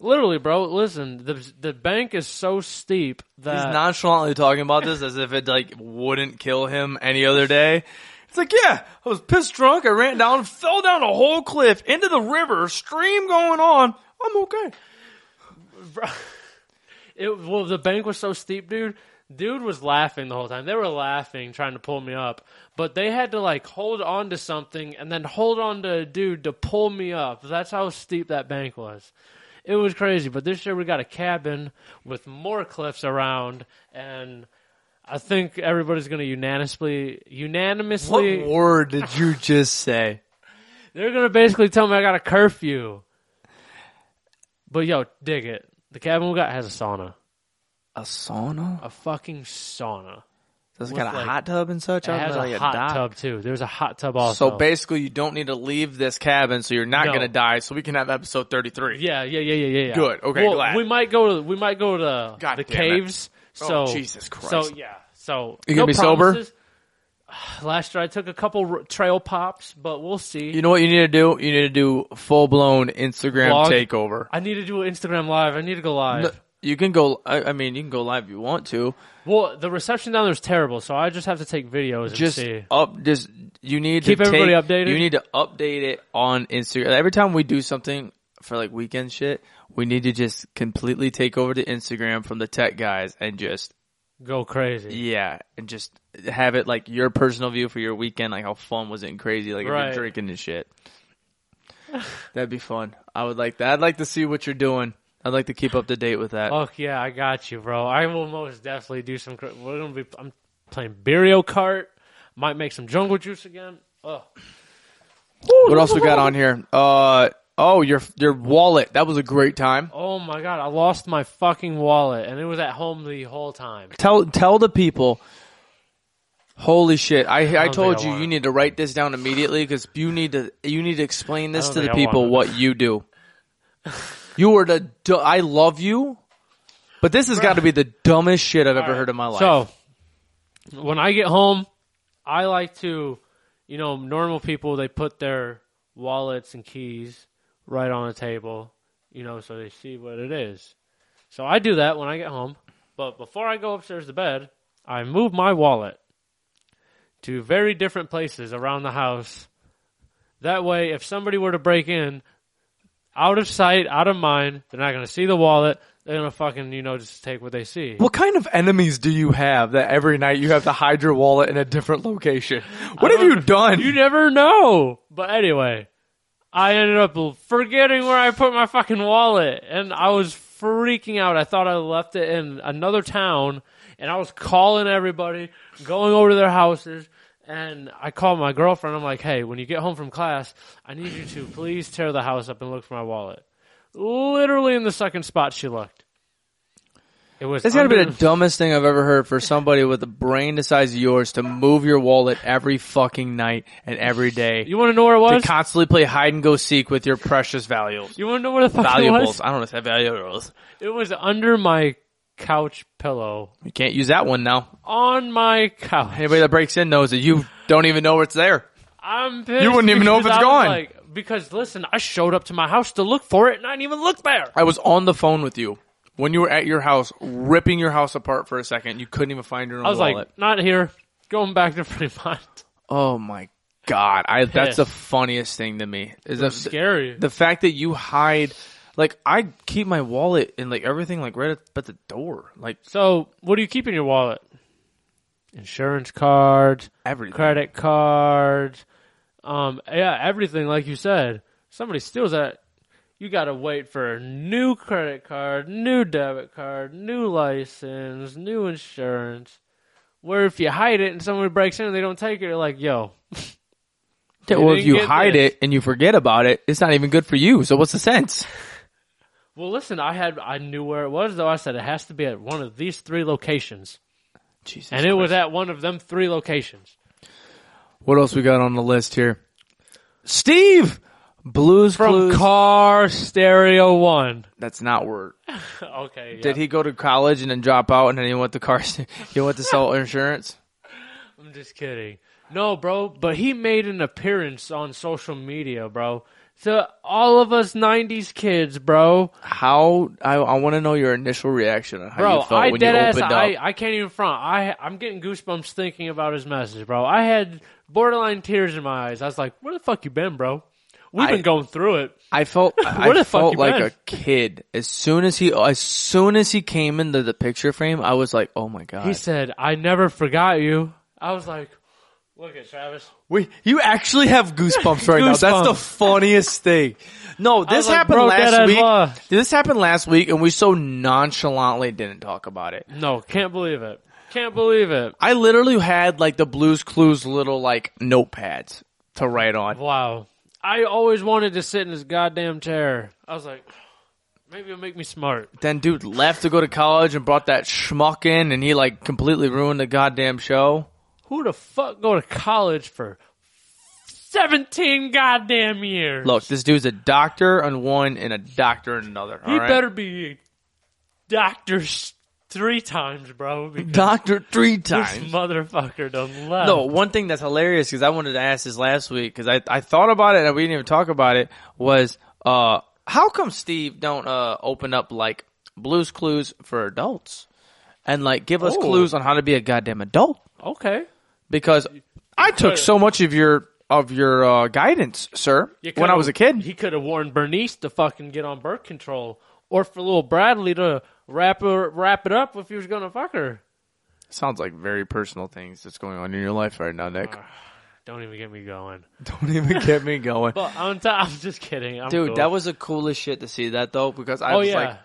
[SPEAKER 1] Literally, bro. Listen, the the bank is so steep
[SPEAKER 3] He's
[SPEAKER 1] that
[SPEAKER 3] nonchalantly talking about this as if it like wouldn't kill him any other day. It's like, yeah, I was pissed drunk. I ran down, fell down a whole cliff into the river, stream going on. I'm okay.
[SPEAKER 1] it, well, the bank was so steep, dude, Dude was laughing the whole time. They were laughing, trying to pull me up, but they had to like hold on to something and then hold on to a dude to pull me up. That's how steep that bank was. It was crazy. But this year we got a cabin with more cliffs around, and I think everybody's going to unanimously,
[SPEAKER 3] What
[SPEAKER 1] unanimously,
[SPEAKER 3] word did you just say?
[SPEAKER 1] they're going to basically tell me I got a curfew. But yo, dig it. The cabin we got has a sauna,
[SPEAKER 3] A sauna?
[SPEAKER 1] a fucking sauna.
[SPEAKER 3] Does it
[SPEAKER 1] With,
[SPEAKER 3] got a
[SPEAKER 1] like-
[SPEAKER 3] hot tub and such?
[SPEAKER 1] It
[SPEAKER 3] I
[SPEAKER 1] has
[SPEAKER 3] was
[SPEAKER 1] a
[SPEAKER 3] like
[SPEAKER 1] hot
[SPEAKER 3] dock.
[SPEAKER 1] tub too. There's a hot tub also.
[SPEAKER 3] So basically, you don't need to leave this cabin, so you're not
[SPEAKER 1] No.
[SPEAKER 3] gonna die. So we can have episode thirty-three.
[SPEAKER 1] yeah, yeah, yeah, yeah, yeah. yeah.
[SPEAKER 3] Good. Okay,
[SPEAKER 1] Well,
[SPEAKER 3] glad.
[SPEAKER 1] we might go to we might go to
[SPEAKER 3] God
[SPEAKER 1] the
[SPEAKER 3] damn it.
[SPEAKER 1] caves. So
[SPEAKER 3] Oh, Jesus Christ.
[SPEAKER 1] So yeah. So
[SPEAKER 3] You
[SPEAKER 1] no
[SPEAKER 3] gonna be sober?
[SPEAKER 1] promises. Last year I took a couple r- trail pops, but we'll see.
[SPEAKER 3] You know what you need to do? You need to do full blown Instagram
[SPEAKER 1] Blog?
[SPEAKER 3] takeover.
[SPEAKER 1] I need to do an Instagram live. I need to go live.
[SPEAKER 3] No, You can go. I, I mean, you can go live if you want to.
[SPEAKER 1] Well, the reception down there is terrible, so I just have to take videos
[SPEAKER 3] Just
[SPEAKER 1] and see.
[SPEAKER 3] up. Just you need
[SPEAKER 1] Keep
[SPEAKER 3] to take-
[SPEAKER 1] everybody updated?
[SPEAKER 3] You need to update it on Instagram. Every time we do something for like weekend shit, we need to just completely take over to Instagram from the tech guys and just
[SPEAKER 1] Go crazy.
[SPEAKER 3] Yeah, and just have it like your personal view for your weekend, like how fun was it and crazy, like if
[SPEAKER 1] Right.
[SPEAKER 3] you're drinking and shit. That'd be fun. I would like that. I'd like to see what you're doing. I'd like to keep up to date with that.
[SPEAKER 1] Fuck yeah, I got you, bro. I will most definitely do some. cra- We're gonna be. I'm playing Burial Kart. Might make some jungle juice again. Oh,
[SPEAKER 3] what else we got on here? Uh oh, your your wallet. That was a great time.
[SPEAKER 1] oh my god, I lost my fucking wallet, and it was at home the whole time.
[SPEAKER 3] Tell tell the people. Holy shit! I I
[SPEAKER 1] don't
[SPEAKER 3] told
[SPEAKER 1] think I
[SPEAKER 3] you
[SPEAKER 1] want
[SPEAKER 3] you
[SPEAKER 1] it.
[SPEAKER 3] need to write this down immediately because you need to you need to explain this
[SPEAKER 1] don't
[SPEAKER 3] to the
[SPEAKER 1] think I
[SPEAKER 3] people
[SPEAKER 1] want it.
[SPEAKER 3] what you do. You were the du- I love you, but this has got to be the dumbest shit I've ever heard in my life.
[SPEAKER 1] So when I get home, I like to, you know, normal people they put their wallets and keys right on the table, you know, so they see what it is. So I do that when I get home, but before I go upstairs to bed, I move my wallet to very different places around the house. That way, if somebody were to break in, out of sight, out of mind, they're not gonna see the wallet. They're gonna fucking, you know, just take what they see.
[SPEAKER 3] what kind of enemies do you have that every night you have to hide your wallet in a different location? What have you
[SPEAKER 1] don't-
[SPEAKER 3] done?
[SPEAKER 1] You never know. But anyway, I ended up forgetting where I put my fucking wallet, and I was freaking out. I thought I left it in another town, and I was calling everybody, going over to their houses. And I called my girlfriend. I'm like, "Hey, when you get home from class, I need you to please tear the house up and look for my wallet." Literally in the second spot she looked. It was.
[SPEAKER 3] That's got to be
[SPEAKER 1] under-
[SPEAKER 3] the dumbest thing I've ever heard for somebody with a brain the size of yours to move your wallet every fucking night and every day.
[SPEAKER 1] you want to know where it
[SPEAKER 3] to
[SPEAKER 1] was?
[SPEAKER 3] constantly play hide and go seek with your precious valuables.
[SPEAKER 1] you want to know where the fuck it was?
[SPEAKER 3] Valuables. I don't know if that valuables.
[SPEAKER 1] It was under my couch pillow.
[SPEAKER 3] You can't use that one now.
[SPEAKER 1] On my couch.
[SPEAKER 3] Anybody that breaks in knows that you don't even know it's there.
[SPEAKER 1] I'm pissed.
[SPEAKER 3] You wouldn't even know if
[SPEAKER 1] because I
[SPEAKER 3] it's
[SPEAKER 1] was
[SPEAKER 3] gone.
[SPEAKER 1] Like, because listen, I showed up to my house to look for it and I didn't even look there.
[SPEAKER 3] I was on the phone with you when you were at your house, ripping your house apart for a second. You couldn't even find your own
[SPEAKER 1] I was
[SPEAKER 3] wallet.
[SPEAKER 1] like, not here. Going back to Fremont.
[SPEAKER 3] oh my god! I that's
[SPEAKER 1] Pissed.
[SPEAKER 3] the funniest thing to me. Is that
[SPEAKER 1] Scary.
[SPEAKER 3] the fact that you hide? Like I keep my wallet and like everything like right up at the door, like
[SPEAKER 1] so, what do you keep in your wallet? Insurance cards,
[SPEAKER 3] everything.
[SPEAKER 1] credit cards, um, yeah, everything. Like you said, somebody steals that, you gotta wait for a new credit card, new debit card, new license, new insurance. Where if you hide it and someone breaks in and they don't take it, you're like, yo,
[SPEAKER 3] Yeah,
[SPEAKER 1] You
[SPEAKER 3] well, if
[SPEAKER 1] didn't
[SPEAKER 3] you
[SPEAKER 1] get
[SPEAKER 3] hide
[SPEAKER 1] this.
[SPEAKER 3] it and you forget about it, it's not even good for you. So what's the sense?
[SPEAKER 1] well, listen, I had, I knew where it was though. I said it has to be at one of these three locations,
[SPEAKER 3] Jesus.
[SPEAKER 1] and it was at one of them three locations.
[SPEAKER 3] What else we got on the list here? Steve Blues
[SPEAKER 1] From
[SPEAKER 3] Clues.
[SPEAKER 1] Car Stereo One.
[SPEAKER 3] That's not word.
[SPEAKER 1] okay. Yeah.
[SPEAKER 3] Did he go to college and then drop out and then he went to car? he went to sell insurance.
[SPEAKER 1] I'm just kidding. No, bro, but he made an appearance on social media, bro. To all of us 90s kids, bro.
[SPEAKER 3] How? I, I want to know your initial reaction on how
[SPEAKER 1] Bro,
[SPEAKER 3] you felt
[SPEAKER 1] I
[SPEAKER 3] when you
[SPEAKER 1] dead ass,
[SPEAKER 3] opened up.
[SPEAKER 1] I, I can't even front. I, I'm getting goosebumps thinking about his message, bro. I had borderline tears in my eyes. I was like, where the fuck you been, bro? We've
[SPEAKER 3] I-
[SPEAKER 1] been going through it.
[SPEAKER 3] I felt I
[SPEAKER 1] Where the fuck
[SPEAKER 3] felt
[SPEAKER 1] you
[SPEAKER 3] like
[SPEAKER 1] been?
[SPEAKER 3] a kid as soon as he as soon as he came into the picture frame. I was like, oh my god,
[SPEAKER 1] He said, "I never forgot you." I was like, "Look at Travis."
[SPEAKER 3] Wait, you actually have goosebumps right now. That's the
[SPEAKER 1] Goosebumps.
[SPEAKER 3] funniest thing. No, this
[SPEAKER 1] like,
[SPEAKER 3] happened
[SPEAKER 1] bro, get
[SPEAKER 3] last
[SPEAKER 1] out
[SPEAKER 3] week.
[SPEAKER 1] law.
[SPEAKER 3] This happened last week, and we so nonchalantly didn't talk about it.
[SPEAKER 1] No, can't believe it. Can't believe it.
[SPEAKER 3] I literally had like the Blues Clues little like notepads to write on.
[SPEAKER 1] Wow. I always wanted to sit in this goddamn chair. I was like, maybe it'll make me smart.
[SPEAKER 3] Then dude left to go to college and brought that schmuck in, and he like completely ruined the goddamn show.
[SPEAKER 1] Who the fuck go to college for seventeen goddamn years?
[SPEAKER 3] Look, this dude's a doctor on one and a doctor on another.
[SPEAKER 1] he
[SPEAKER 3] all right?
[SPEAKER 1] better be doctors three times, bro. Because
[SPEAKER 3] doctor three
[SPEAKER 1] this
[SPEAKER 3] times.
[SPEAKER 1] motherfucker done left.
[SPEAKER 3] No, one thing that's hilarious because I wanted to ask this last week because I, I thought about it and we didn't even talk about it was uh how come Steve don't uh open up like Blue's Clues for adults and like give us
[SPEAKER 1] Oh.
[SPEAKER 3] clues on how to be a goddamn adult
[SPEAKER 1] Okay.
[SPEAKER 3] because I took so much of your of your uh, guidance, sir,
[SPEAKER 1] You
[SPEAKER 3] when I
[SPEAKER 1] could've-
[SPEAKER 3] was a kid.
[SPEAKER 1] He could have warned Bernice to fucking get on birth control, or for little Bradley to wrap her, wrap it up if he was gonna fuck her.
[SPEAKER 3] Sounds like very personal things that's going on in your life right now, Nick.
[SPEAKER 1] Don't even get me going.
[SPEAKER 3] Don't even get me going.
[SPEAKER 1] But I'm, t- I'm just kidding. I'm
[SPEAKER 3] Dude,
[SPEAKER 1] cool.
[SPEAKER 3] that was the coolest shit to see that though, because I
[SPEAKER 1] Oh,
[SPEAKER 3] was
[SPEAKER 1] yeah.
[SPEAKER 3] like,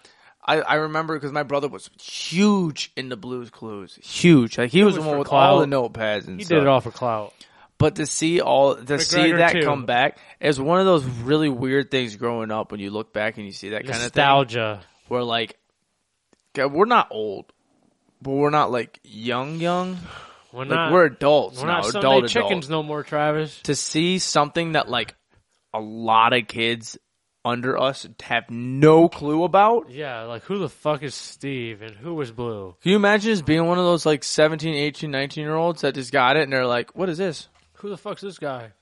[SPEAKER 3] I, I remember because my brother was huge in the Blues Clues, huge. Like he was,
[SPEAKER 1] was
[SPEAKER 3] the one
[SPEAKER 1] for
[SPEAKER 3] with all the
[SPEAKER 1] clout.
[SPEAKER 3] notepads and
[SPEAKER 1] he
[SPEAKER 3] stuff.
[SPEAKER 1] did it all for clout.
[SPEAKER 3] But to see all to see
[SPEAKER 1] McGregor,
[SPEAKER 3] that
[SPEAKER 1] too.
[SPEAKER 3] come back is one of those really weird things growing up when you look back and you see that kind of thing.
[SPEAKER 1] Nostalgia.
[SPEAKER 3] Where like, God, we're not old, but we're not like young young.
[SPEAKER 1] We're
[SPEAKER 3] Like
[SPEAKER 1] not.
[SPEAKER 3] we're
[SPEAKER 1] We're,
[SPEAKER 3] adults now,
[SPEAKER 1] not Sunday
[SPEAKER 3] adult adult.
[SPEAKER 1] chickens no more, Travis.
[SPEAKER 3] to see something that like a lot of kids under us have no clue about.
[SPEAKER 1] Yeah, like who the fuck is Steve and who was Blue?
[SPEAKER 3] Can you imagine just being one of those like 17, 18, 19 year olds that just got it and they're like, what is this?
[SPEAKER 1] Who the fuck's this guy?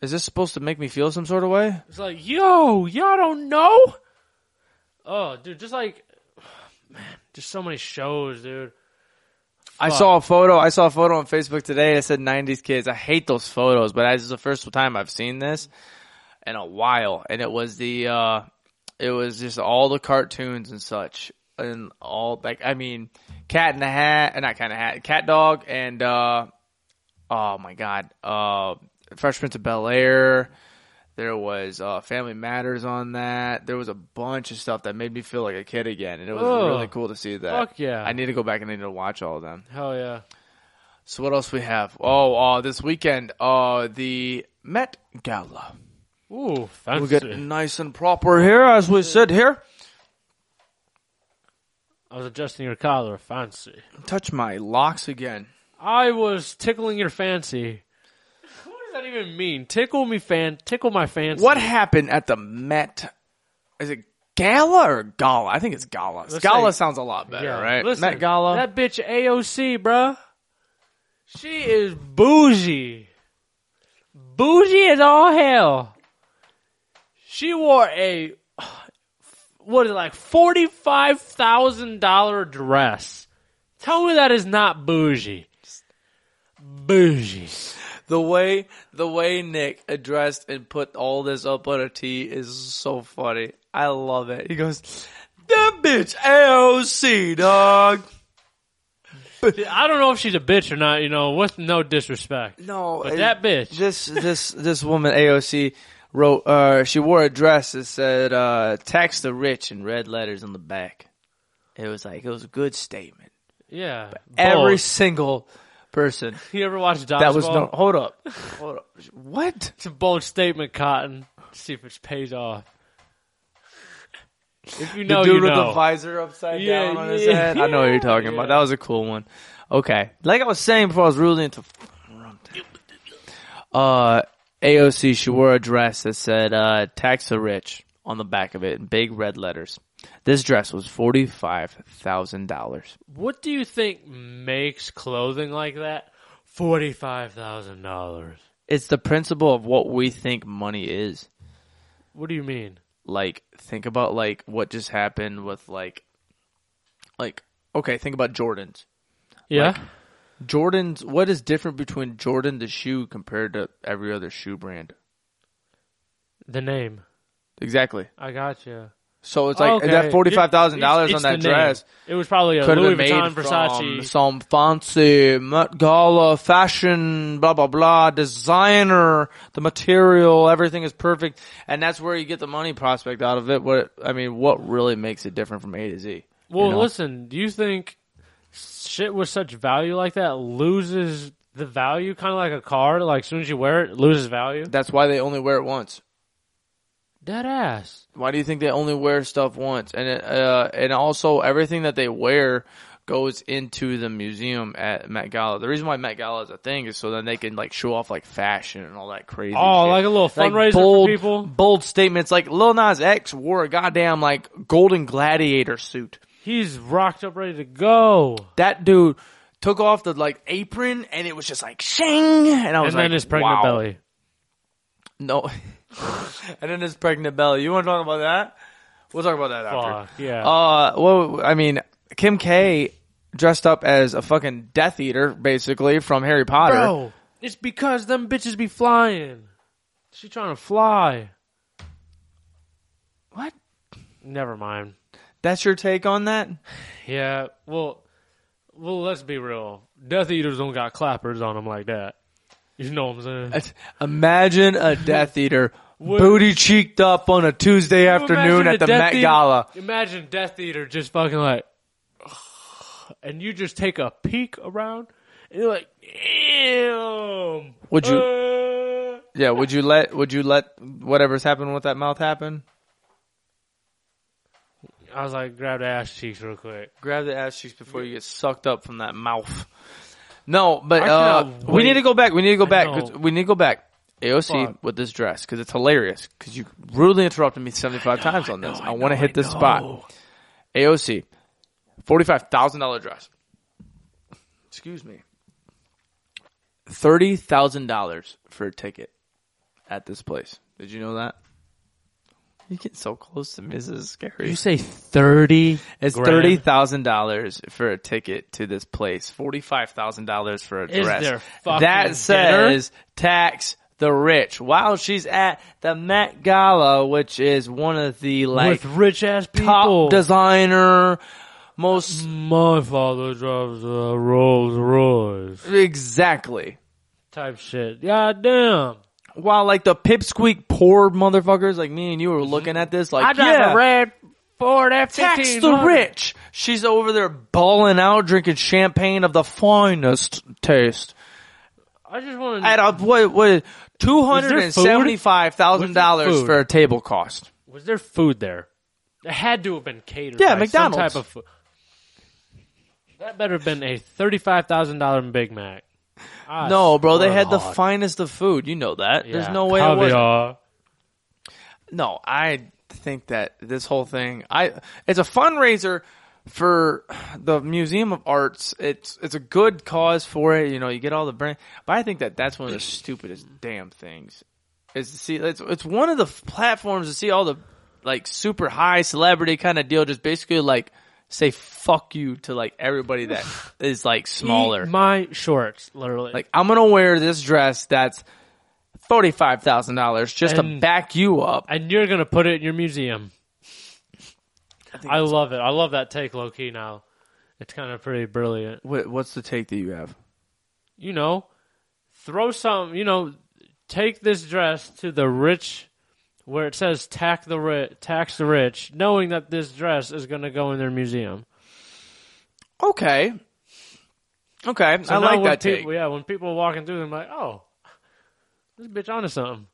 [SPEAKER 3] Is this supposed to make me feel some sort of way?
[SPEAKER 1] It's like, yo, y'all don't know. Oh, dude, just like, man, just so many shows, dude.
[SPEAKER 3] I
[SPEAKER 1] Fuck.
[SPEAKER 3] saw a photo. I saw a photo on Facebook today that said 90s kids. I hate those photos, but this is the first time I've seen this in a while. And it was the, uh, it was just all the cartoons and such. And all, like, I mean, Cat in the Hat, uh, not Cat in the Hat, Cat Dog and, uh, oh my God, uh, Fresh Prince of Bel Air. There was uh, Family Matters on that. There was a bunch of stuff that made me feel like a kid again, and it was
[SPEAKER 1] Ugh.
[SPEAKER 3] really cool to see that.
[SPEAKER 1] Fuck yeah.
[SPEAKER 3] I need to go back and I need to watch all of them.
[SPEAKER 1] Hell yeah.
[SPEAKER 3] So what else we have? Oh, uh, this weekend, uh, the Met Gala.
[SPEAKER 1] Ooh,
[SPEAKER 3] We
[SPEAKER 1] fancy.
[SPEAKER 3] get nice and proper here as we sit here.
[SPEAKER 1] I was adjusting your collar. Fancy.
[SPEAKER 3] Touch my locks again.
[SPEAKER 1] I was tickling your fancy. What does that even mean? Tickle me fan, tickle my fancy.
[SPEAKER 3] What happened at the Met? Is it Gala or Gala? I think it's Gala. Gala
[SPEAKER 1] say-
[SPEAKER 3] sounds a lot better,
[SPEAKER 1] Yeah,
[SPEAKER 3] right?
[SPEAKER 1] listen,
[SPEAKER 3] Met Gala.
[SPEAKER 1] That bitch AOC, bruh. She is bougie. Bougie as all hell. She wore a what is it, like forty five thousand dollar dress. Tell me that is not bougie. Bougie.
[SPEAKER 3] the way the way Nick addressed and put all this up on a tee is so funny. I love it. He goes, "That bitch AOC dog."
[SPEAKER 1] I don't know if she's a bitch or not, you know, with no disrespect.
[SPEAKER 3] No,
[SPEAKER 1] But
[SPEAKER 3] it-
[SPEAKER 1] that bitch.
[SPEAKER 3] This this this woman AOC wrote. Uh, she wore a dress that said uh, "Tax the rich" in red letters on the back. It was like it was a good statement.
[SPEAKER 1] Yeah.
[SPEAKER 3] Every
[SPEAKER 1] Every
[SPEAKER 3] single person
[SPEAKER 1] you ever watch dodgeball?
[SPEAKER 3] that was no. Hold up, hold up. What?
[SPEAKER 1] It's a bold statement, Cotton. See if it pays off. If you know,
[SPEAKER 3] the dude
[SPEAKER 1] you
[SPEAKER 3] with
[SPEAKER 1] know.
[SPEAKER 3] the visor upside
[SPEAKER 1] Yeah,
[SPEAKER 3] down on his
[SPEAKER 1] yeah,
[SPEAKER 3] head. I know what you're talking about.
[SPEAKER 1] yeah.
[SPEAKER 3] That was a cool one. Okay, like I was saying before, I was really into. Uh, AOC she wore a dress that said uh, "Tax the Rich" on the back of it in big red letters. This dress was forty five thousand dollars.
[SPEAKER 1] what do you think makes clothing like that? Forty-five thousand dollars.
[SPEAKER 3] It's the principle of what we think money is.
[SPEAKER 1] What do you mean?
[SPEAKER 3] Like, think about like what just happened with like, like okay, think about Jordans.
[SPEAKER 1] Yeah,
[SPEAKER 3] Jordan's what is different between Jordan the shoe compared to every other shoe brand?
[SPEAKER 1] The name.
[SPEAKER 3] Exactly.
[SPEAKER 1] I got you.
[SPEAKER 3] So it's like
[SPEAKER 1] Okay.
[SPEAKER 3] that forty five thousand
[SPEAKER 1] It's-
[SPEAKER 3] dollars
[SPEAKER 1] it's
[SPEAKER 3] on that
[SPEAKER 1] the name.
[SPEAKER 3] dress
[SPEAKER 1] It was probably a
[SPEAKER 3] could
[SPEAKER 1] Louis
[SPEAKER 3] have been
[SPEAKER 1] Vuitton
[SPEAKER 3] made from
[SPEAKER 1] Versace.
[SPEAKER 3] some fancy Met Gala fashion, blah blah blah designer. The material, everything is perfect, and that's where you get the money prospect out of it. What I mean, what really makes it different from A to Z?
[SPEAKER 1] Well,
[SPEAKER 3] you know?
[SPEAKER 1] listen. Do you think shit with such value like that loses the value, kind of like a car? Like as soon as you wear it, it loses value.
[SPEAKER 3] That's why they only wear it once.
[SPEAKER 1] Dead ass.
[SPEAKER 3] Why do you think they only wear stuff once? And it, uh, and also everything that they wear goes into the museum at Met Gala. The reason why Met Gala is a thing is so then they can like show off like fashion and all that crazy.
[SPEAKER 1] Oh,
[SPEAKER 3] shit.
[SPEAKER 1] like a little
[SPEAKER 3] Like,
[SPEAKER 1] fundraiser
[SPEAKER 3] bold,
[SPEAKER 1] for people.
[SPEAKER 3] Bold statements like Lil Nas X wore a goddamn like golden gladiator suit.
[SPEAKER 1] He's rocked up, ready to go.
[SPEAKER 3] That dude took off the like apron and it was just like shing, and I was
[SPEAKER 1] And then
[SPEAKER 3] like,
[SPEAKER 1] his pregnant
[SPEAKER 3] wow.
[SPEAKER 1] belly.
[SPEAKER 3] No. and then his pregnant belly. You want to talk about that? We'll talk about that after.
[SPEAKER 1] Fuck yeah.
[SPEAKER 3] Uh, well, I mean, Kim K dressed up as a fucking Death Eater, basically from Harry Potter.
[SPEAKER 1] Bro, it's because them bitches be flying. She trying to fly.
[SPEAKER 3] What?
[SPEAKER 1] Never mind.
[SPEAKER 3] That's your take on that?
[SPEAKER 1] Yeah, well, well, let's be real. Death Eaters don't got clappers on them like that. You know what I'm saying?
[SPEAKER 3] That's- Imagine a Death Eater
[SPEAKER 1] What-
[SPEAKER 3] booty cheeked up on a Tuesday afternoon
[SPEAKER 1] Imagine
[SPEAKER 3] at
[SPEAKER 1] a
[SPEAKER 3] the
[SPEAKER 1] Death
[SPEAKER 3] Met
[SPEAKER 1] Eater-
[SPEAKER 3] Gala.
[SPEAKER 1] Imagine Death Eater just fucking like, and you just take a peek around, and you're like, damn.
[SPEAKER 3] Would you-
[SPEAKER 1] uh."
[SPEAKER 3] Yeah, would you let would you let whatever's happening with that mouth happen?
[SPEAKER 1] I was like, grab the ass cheeks real quick.
[SPEAKER 3] Grab the ass cheeks before you get sucked up from that mouth. No, but
[SPEAKER 1] I
[SPEAKER 3] uh,
[SPEAKER 1] cannot
[SPEAKER 3] we need
[SPEAKER 1] wait.
[SPEAKER 3] to go back. We need to go back. 'cause
[SPEAKER 1] know.
[SPEAKER 3] We need to go back. AOC
[SPEAKER 1] Fuck.
[SPEAKER 3] with this dress because it's hilarious. Because you rudely interrupted me seventy five times on this. I, want to hit this spot. AOC, forty five thousand dollar dress. Excuse me. Thirty thousand dollars for a ticket at this place. Did you know that? You get so close to me. This is scary.
[SPEAKER 1] say thirty?
[SPEAKER 3] It's
[SPEAKER 1] grand.
[SPEAKER 3] thirty thousand dollars for a ticket to this place. Forty five thousand dollars for a
[SPEAKER 1] Is
[SPEAKER 3] dress.
[SPEAKER 1] there fucking
[SPEAKER 3] that says tax the rich. While she's at the Met Gala, which is one of the like
[SPEAKER 1] with rich ass
[SPEAKER 3] top
[SPEAKER 1] people.
[SPEAKER 3] designer, most
[SPEAKER 1] My father drives a Rolls Royce
[SPEAKER 3] exactly.
[SPEAKER 1] type shit. God damn.
[SPEAKER 3] While like the pipsqueak poor motherfuckers like me and you
[SPEAKER 1] Mm-hmm.
[SPEAKER 3] are looking at this like
[SPEAKER 1] I drive
[SPEAKER 3] yeah,
[SPEAKER 1] a red Ford F
[SPEAKER 3] tax the rich. She's over there balling out, drinking champagne of the finest taste.
[SPEAKER 1] I just want to.
[SPEAKER 3] at a what what two hundred and seventy five thousand
[SPEAKER 1] Was there
[SPEAKER 3] dollars
[SPEAKER 1] food?
[SPEAKER 3] for a table cost.
[SPEAKER 1] Was there food there? It had to have been catered.
[SPEAKER 3] Yeah,
[SPEAKER 1] by some
[SPEAKER 3] McDonald's.
[SPEAKER 1] type of food. That better have been a thirty-five thousand dollar Big Mac. I
[SPEAKER 3] No, bro, they
[SPEAKER 1] swear
[SPEAKER 3] had
[SPEAKER 1] to
[SPEAKER 3] the
[SPEAKER 1] God.
[SPEAKER 3] finest of food. You know that. There's
[SPEAKER 1] Yeah,
[SPEAKER 3] no way it wasn't.
[SPEAKER 1] caviar.
[SPEAKER 3] No, I think that this whole thing, I it's a fundraiser for the Museum of Arts. It's it's a good cause for it. You know, you get all the brand, but I think that that's one of the stupidest damn things. Is to see it's it's one of the f- platforms to see all the like super high celebrity kind of deal. Just basically like say fuck you to like everybody that is like smaller.
[SPEAKER 1] Eat my shorts, literally.
[SPEAKER 3] Like I'm gonna wear this dress that's forty five thousand dollars just to
[SPEAKER 1] And-
[SPEAKER 3] back you up.
[SPEAKER 1] and you're gonna put it in your museum.
[SPEAKER 3] think
[SPEAKER 1] I, love it. I love that take, low key. Now, it's kind of pretty brilliant.
[SPEAKER 3] What, what's the take that you have?
[SPEAKER 1] You know, throw some. You know, take this dress to the rich, where it says tax the ri- tax the rich, knowing that this dress is gonna go in their museum.
[SPEAKER 3] Okay. Okay,
[SPEAKER 1] So
[SPEAKER 3] I
[SPEAKER 1] now
[SPEAKER 3] like
[SPEAKER 1] when
[SPEAKER 3] that take.
[SPEAKER 1] people- Yeah, when people are walking through, them like, oh, this bitch onto something.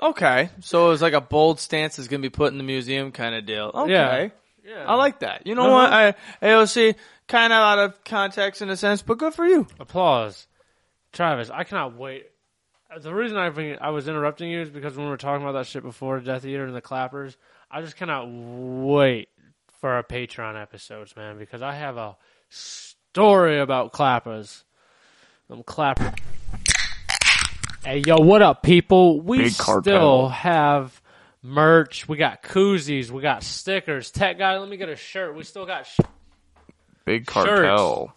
[SPEAKER 3] Okay, so it was like a bold stance that's going to be put in the museum kind of deal. Okay,
[SPEAKER 1] Yeah,
[SPEAKER 3] I like that. You know
[SPEAKER 1] Uh-huh.
[SPEAKER 3] what? I, AOC kind of out of context in a sense, but good for you.
[SPEAKER 1] applause, Travis. I cannot wait. The reason I been, I was interrupting you is because when we were talking about that shit before Death Eater and the clappers, I just cannot wait for our Patreon episodes, man, because I have a story about clappers. Them clapper. Hey yo, what up, people? We
[SPEAKER 3] Big cartel.
[SPEAKER 1] still have merch. We got koozies. We got stickers. Tech guy, let me get a shirt. We still got. Sh-
[SPEAKER 3] Big
[SPEAKER 1] cartel.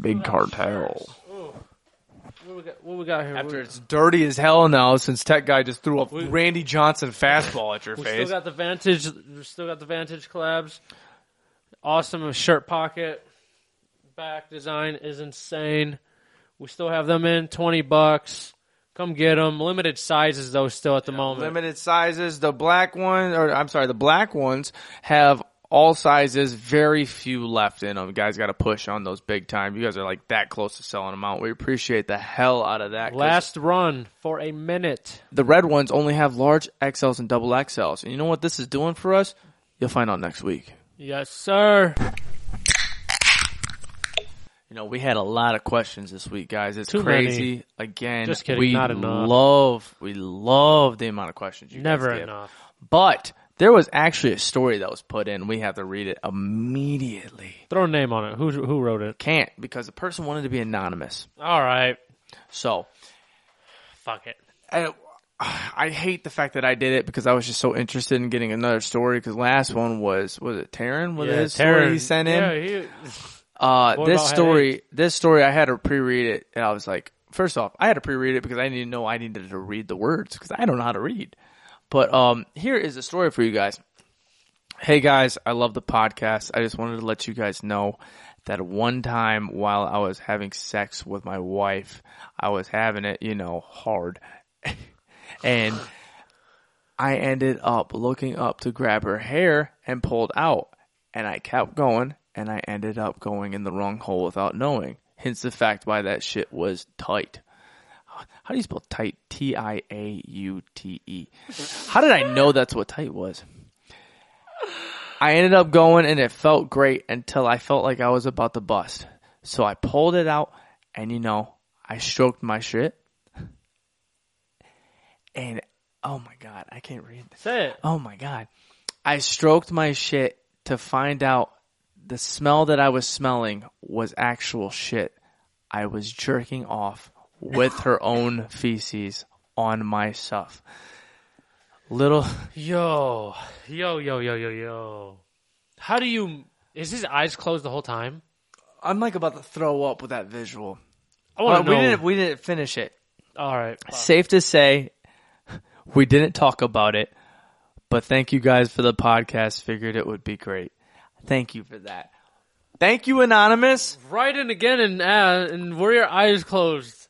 [SPEAKER 3] Big
[SPEAKER 1] Ooh. What we got, what we got here? What
[SPEAKER 3] After
[SPEAKER 1] we-
[SPEAKER 3] it's dirty as hell now, since Tech Guy just threw a
[SPEAKER 1] We-
[SPEAKER 3] Randy Johnson fastball at your
[SPEAKER 1] We
[SPEAKER 3] face.
[SPEAKER 1] still got the vantage. We still got the vantage collabs. Awesome shirt pocket. Back design is insane. We still have them in twenty bucks. Come get them. Limited sizes though, still at the moment.
[SPEAKER 3] Limited sizes. The black one, or I'm sorry, the black ones have all sizes. Very few left in them. Guys, got to push on those big time. You guys are like that close to selling them out. We appreciate the hell out of that. 'cause
[SPEAKER 1] Last run for a minute.
[SPEAKER 3] the red ones only have large XLs and double XLs. And you know what this is doing for us? You'll find out next week.
[SPEAKER 1] Yes, sir.
[SPEAKER 3] You know, we had a lot of questions this week, guys. It's
[SPEAKER 1] Too
[SPEAKER 3] crazy. Again,
[SPEAKER 1] Just kidding,
[SPEAKER 3] we
[SPEAKER 1] not enough.
[SPEAKER 3] love, we love the amount of questions you
[SPEAKER 1] Never
[SPEAKER 3] guys give.
[SPEAKER 1] enough.
[SPEAKER 3] But there was actually a story that was put in. We have to read it immediately.
[SPEAKER 1] Throw a name on it. Who who wrote it?
[SPEAKER 3] Can't because the person wanted to be anonymous.
[SPEAKER 1] All right.
[SPEAKER 3] So
[SPEAKER 1] Fuck it.
[SPEAKER 3] I, I hate the fact that I did it because I was just so interested in getting another story. Because last one was was it Taryn? Was it his story he sent in?
[SPEAKER 1] Yeah, he-
[SPEAKER 3] Uh,
[SPEAKER 1] What
[SPEAKER 3] this
[SPEAKER 1] about
[SPEAKER 3] story, this story, I had to pre-read it, and I was like, first off, I had to pre-read it because I didn't know I needed to read the words because I don't know how to read. But um, here is a story for you guys. Hey guys, I love the podcast. I just wanted to let you guys know that one time while I was having sex with my wife, I was having it, you know, hard, and I ended up looking up to grab her hair and pulled out. And I kept going and I ended up going in the wrong hole without knowing. Hence the fact why that shit was tight. How do you spell tight? T I A U T E. How did I know that's what tight was? I ended up going and it felt great until I felt like I was about to bust. So I pulled it out and you know, I stroked my shit. And oh my god, I can't read this.
[SPEAKER 1] Say it.
[SPEAKER 3] Oh my god. I stroked my shit to find out the smell that I was smelling was actual shit. I was jerking off with her own feces on my stuff. Little
[SPEAKER 1] Yo, yo, yo, yo, yo, yo. How do you? Is his eyes closed the whole time?
[SPEAKER 3] I'm like about to throw up with that visual.
[SPEAKER 1] I want to
[SPEAKER 3] Uh, we
[SPEAKER 1] know.
[SPEAKER 3] didn't we didn't finish it.
[SPEAKER 1] All right.
[SPEAKER 3] Safe to say we didn't talk about it, but thank you guys for the podcast. Figured it would be great. Thank you for that. Thank you, Anonymous.
[SPEAKER 1] Write in again and uh, and were your eyes closed?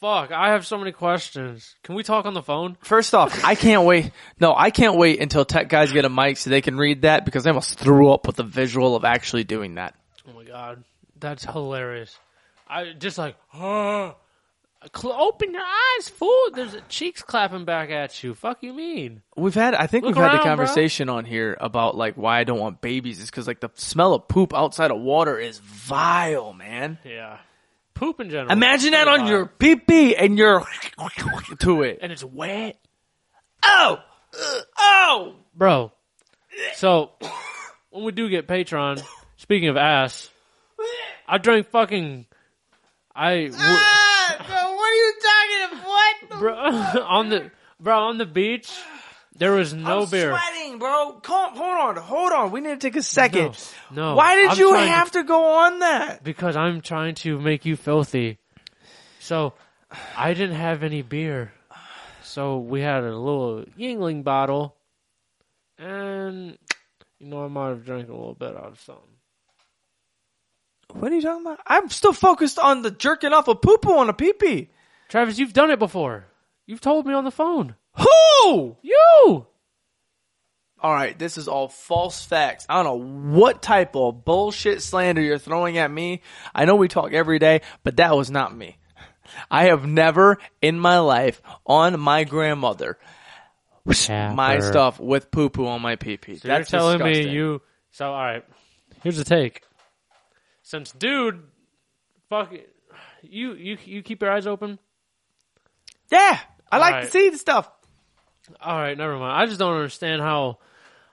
[SPEAKER 1] Fuck, I have so many questions. Can we talk on the phone?
[SPEAKER 3] First off, I can't wait. No, I can't wait until tech guys get a mic so they can read that because I almost threw up with the visual of actually doing that.
[SPEAKER 1] Oh my god, that's hilarious. I just like, huh? Cl- open your eyes, fool. There's cheeks clapping back at you. Fuck you mean?
[SPEAKER 3] We've had, I think
[SPEAKER 1] Look
[SPEAKER 3] we've had
[SPEAKER 1] around,
[SPEAKER 3] the
[SPEAKER 1] bro.
[SPEAKER 3] conversation on here about like why I don't want babies is because like the smell of poop outside of water is vile, man.
[SPEAKER 1] Yeah. Poop in general.
[SPEAKER 3] Imagine that on
[SPEAKER 1] Wow.
[SPEAKER 3] your pee pee and you're to it.
[SPEAKER 1] and it's wet.
[SPEAKER 3] Oh, Ugh. oh,
[SPEAKER 1] bro. So when we do get Patreon, speaking of ass, I drank fucking. I w-
[SPEAKER 3] bro, what are you talking? What?
[SPEAKER 1] bro, on the bro on the beach. There was no beer.
[SPEAKER 3] sweating, bro. Calm, hold on, hold on. We need to take a second.
[SPEAKER 1] No, no.
[SPEAKER 3] Why did
[SPEAKER 1] I'm
[SPEAKER 3] you
[SPEAKER 1] trying to-
[SPEAKER 3] have to go on that?
[SPEAKER 1] because I'm trying to make you filthy. So I didn't have any beer. So we had a little Yingling bottle, and you know I might have drank a little bit out of something.
[SPEAKER 3] What are you talking about? I'm still focused on the jerking off a poo poo on a pee pee.
[SPEAKER 1] Travis, you've done it before. You've told me on the phone.
[SPEAKER 3] Who?
[SPEAKER 1] You.
[SPEAKER 3] All right, this is all false facts. I don't know what type of bullshit slander you're throwing at me. I know we talk every day, but that was not me. I have never in my life on my grandmother my
[SPEAKER 1] Tapper.
[SPEAKER 3] stuff with poo poo on my pee pee.
[SPEAKER 1] So you're telling me you. So all right, here's the take. Since dude, fuck it, you you you keep your eyes open.
[SPEAKER 3] Yeah, I like to
[SPEAKER 1] right.
[SPEAKER 3] see the stuff.
[SPEAKER 1] All right, never mind. I just don't understand how.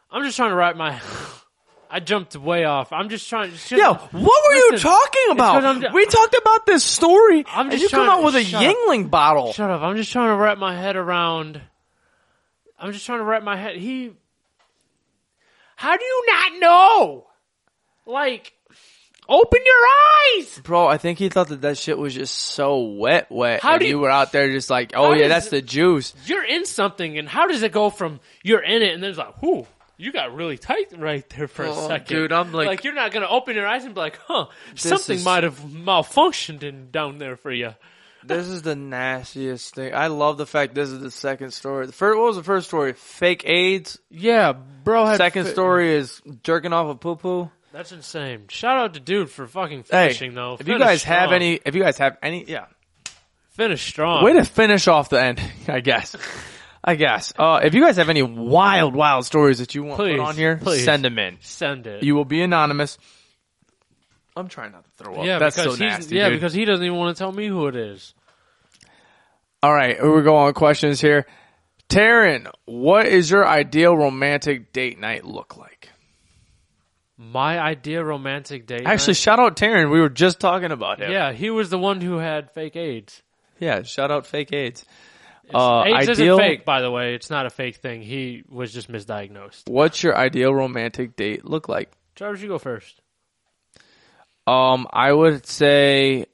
[SPEAKER 1] I'm just trying to wrap my. I jumped way off. I'm just trying. It's just,
[SPEAKER 3] Yo, what were you
[SPEAKER 1] Listen,
[SPEAKER 3] talking
[SPEAKER 1] it's 'cause
[SPEAKER 3] about?
[SPEAKER 1] I'm ju-
[SPEAKER 3] we talked about this story,
[SPEAKER 1] I'm
[SPEAKER 3] and
[SPEAKER 1] just
[SPEAKER 3] you come
[SPEAKER 1] trying-
[SPEAKER 3] out with a
[SPEAKER 1] shut up.
[SPEAKER 3] Yingling bottle.
[SPEAKER 1] Shut up. I'm just trying to wrap my head around. I'm just trying to wrap my head. He. How do you not know? Like, Open your eyes!
[SPEAKER 2] Bro, I think he thought that that shit was just so wet, wet.
[SPEAKER 1] How
[SPEAKER 2] and
[SPEAKER 1] do you-
[SPEAKER 2] you were out there just like, oh
[SPEAKER 1] How
[SPEAKER 2] yeah,
[SPEAKER 1] does-
[SPEAKER 2] that's the juice.
[SPEAKER 1] You're in something, and how does it go from you're in it and then it's like, whoo, you got really tight right there for a
[SPEAKER 2] Oh,
[SPEAKER 1] second.
[SPEAKER 2] dude, I'm like-
[SPEAKER 1] you're not gonna open your eyes and be like, huh, something
[SPEAKER 2] is-
[SPEAKER 1] might have malfunctioned in down there for you.
[SPEAKER 2] This is the nastiest thing. I love the fact this is the second story. The first, what was the first story? Fake AIDS.
[SPEAKER 1] Yeah, bro.
[SPEAKER 2] Second story is jerking off a poo poo.
[SPEAKER 1] That's insane. Shout out to dude for fucking
[SPEAKER 2] Hey,
[SPEAKER 1] finishing though.
[SPEAKER 2] if you
[SPEAKER 1] Finish
[SPEAKER 2] guys have
[SPEAKER 1] strong.
[SPEAKER 2] any, if you guys have any, yeah,
[SPEAKER 1] finish strong.
[SPEAKER 2] way to finish off the ending, I guess. I guess. Uh, if you guys have any wild, wild stories that you want
[SPEAKER 1] Please,
[SPEAKER 2] put on here,
[SPEAKER 1] please.
[SPEAKER 2] send them in.
[SPEAKER 1] send it.
[SPEAKER 2] You will be anonymous. I'm trying not to throw up.
[SPEAKER 1] yeah,
[SPEAKER 2] That's so
[SPEAKER 1] because he's-
[SPEAKER 2] nasty.
[SPEAKER 1] yeah,
[SPEAKER 2] dude.
[SPEAKER 1] because he doesn't even want to tell me who it is.
[SPEAKER 2] All right, we're going on questions here. Taryn, what is your ideal romantic date night look like?
[SPEAKER 1] My idea romantic date.
[SPEAKER 2] Actually,
[SPEAKER 1] night-
[SPEAKER 2] shout out Taryn. We were just talking about him.
[SPEAKER 1] yeah, he was the one who had fake AIDS.
[SPEAKER 2] yeah. Shout out fake AIDS. Uh,
[SPEAKER 1] AIDS
[SPEAKER 2] ideal.
[SPEAKER 1] isn't fake, by the way. It's not a fake thing. He was just misdiagnosed.
[SPEAKER 2] What's your ideal romantic date look like?
[SPEAKER 1] Travis, you go first.
[SPEAKER 2] Um, I would say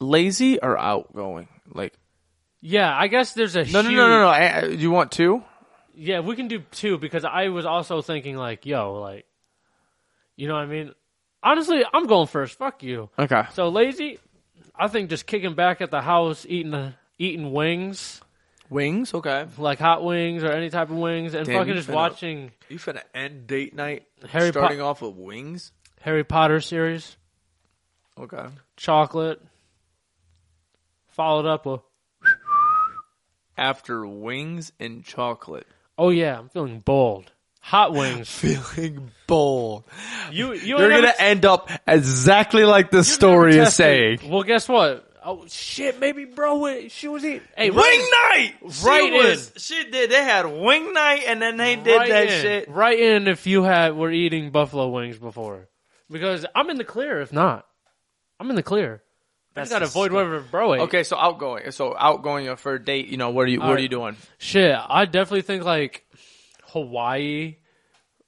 [SPEAKER 2] lazy or outgoing. Like
[SPEAKER 1] Yeah, I guess there's a
[SPEAKER 2] no, no,
[SPEAKER 1] huge,
[SPEAKER 2] no, no, no. I, I- you want two?
[SPEAKER 1] Yeah, we can do two because I was also thinking like, yo, like, you know what I mean? Honestly, I'm going first. Fuck you.
[SPEAKER 2] Okay.
[SPEAKER 1] So lazy. I think just kicking back at the house, eating the, eating wings,
[SPEAKER 2] Wings. Okay.
[SPEAKER 1] like hot wings or any type of wings, and
[SPEAKER 2] Damn,
[SPEAKER 1] fucking
[SPEAKER 2] you
[SPEAKER 1] just
[SPEAKER 2] finna-
[SPEAKER 1] watching
[SPEAKER 2] You finna end date night
[SPEAKER 1] Harry Po- starting
[SPEAKER 2] off with wings.
[SPEAKER 1] Harry Potter series,
[SPEAKER 2] Okay.
[SPEAKER 1] chocolate, followed up with,
[SPEAKER 2] After wings and chocolate.
[SPEAKER 1] oh yeah, I'm feeling bold. Hot wings.
[SPEAKER 2] feeling bold.
[SPEAKER 1] You, you
[SPEAKER 2] You're
[SPEAKER 1] ain't
[SPEAKER 2] gonna
[SPEAKER 1] never-
[SPEAKER 2] end up exactly like the story is saying.
[SPEAKER 1] Well, guess what? Oh shit, maybe bro, wait, she was eating. Hey,
[SPEAKER 2] Wing night,
[SPEAKER 1] Right
[SPEAKER 2] she was- she did. They had wing night, and then they did that
[SPEAKER 1] in.
[SPEAKER 2] shit.
[SPEAKER 1] Right in if you had were eating buffalo wings before, because I'm in the clear. If not, I'm in the clear. That's
[SPEAKER 2] That's
[SPEAKER 1] gotta avoid whatever bro ate.
[SPEAKER 2] Okay, so outgoing, so outgoing your first date. You know what are you? What are
[SPEAKER 1] Alright.
[SPEAKER 2] you doing?
[SPEAKER 1] Shit, I definitely think like Hawaii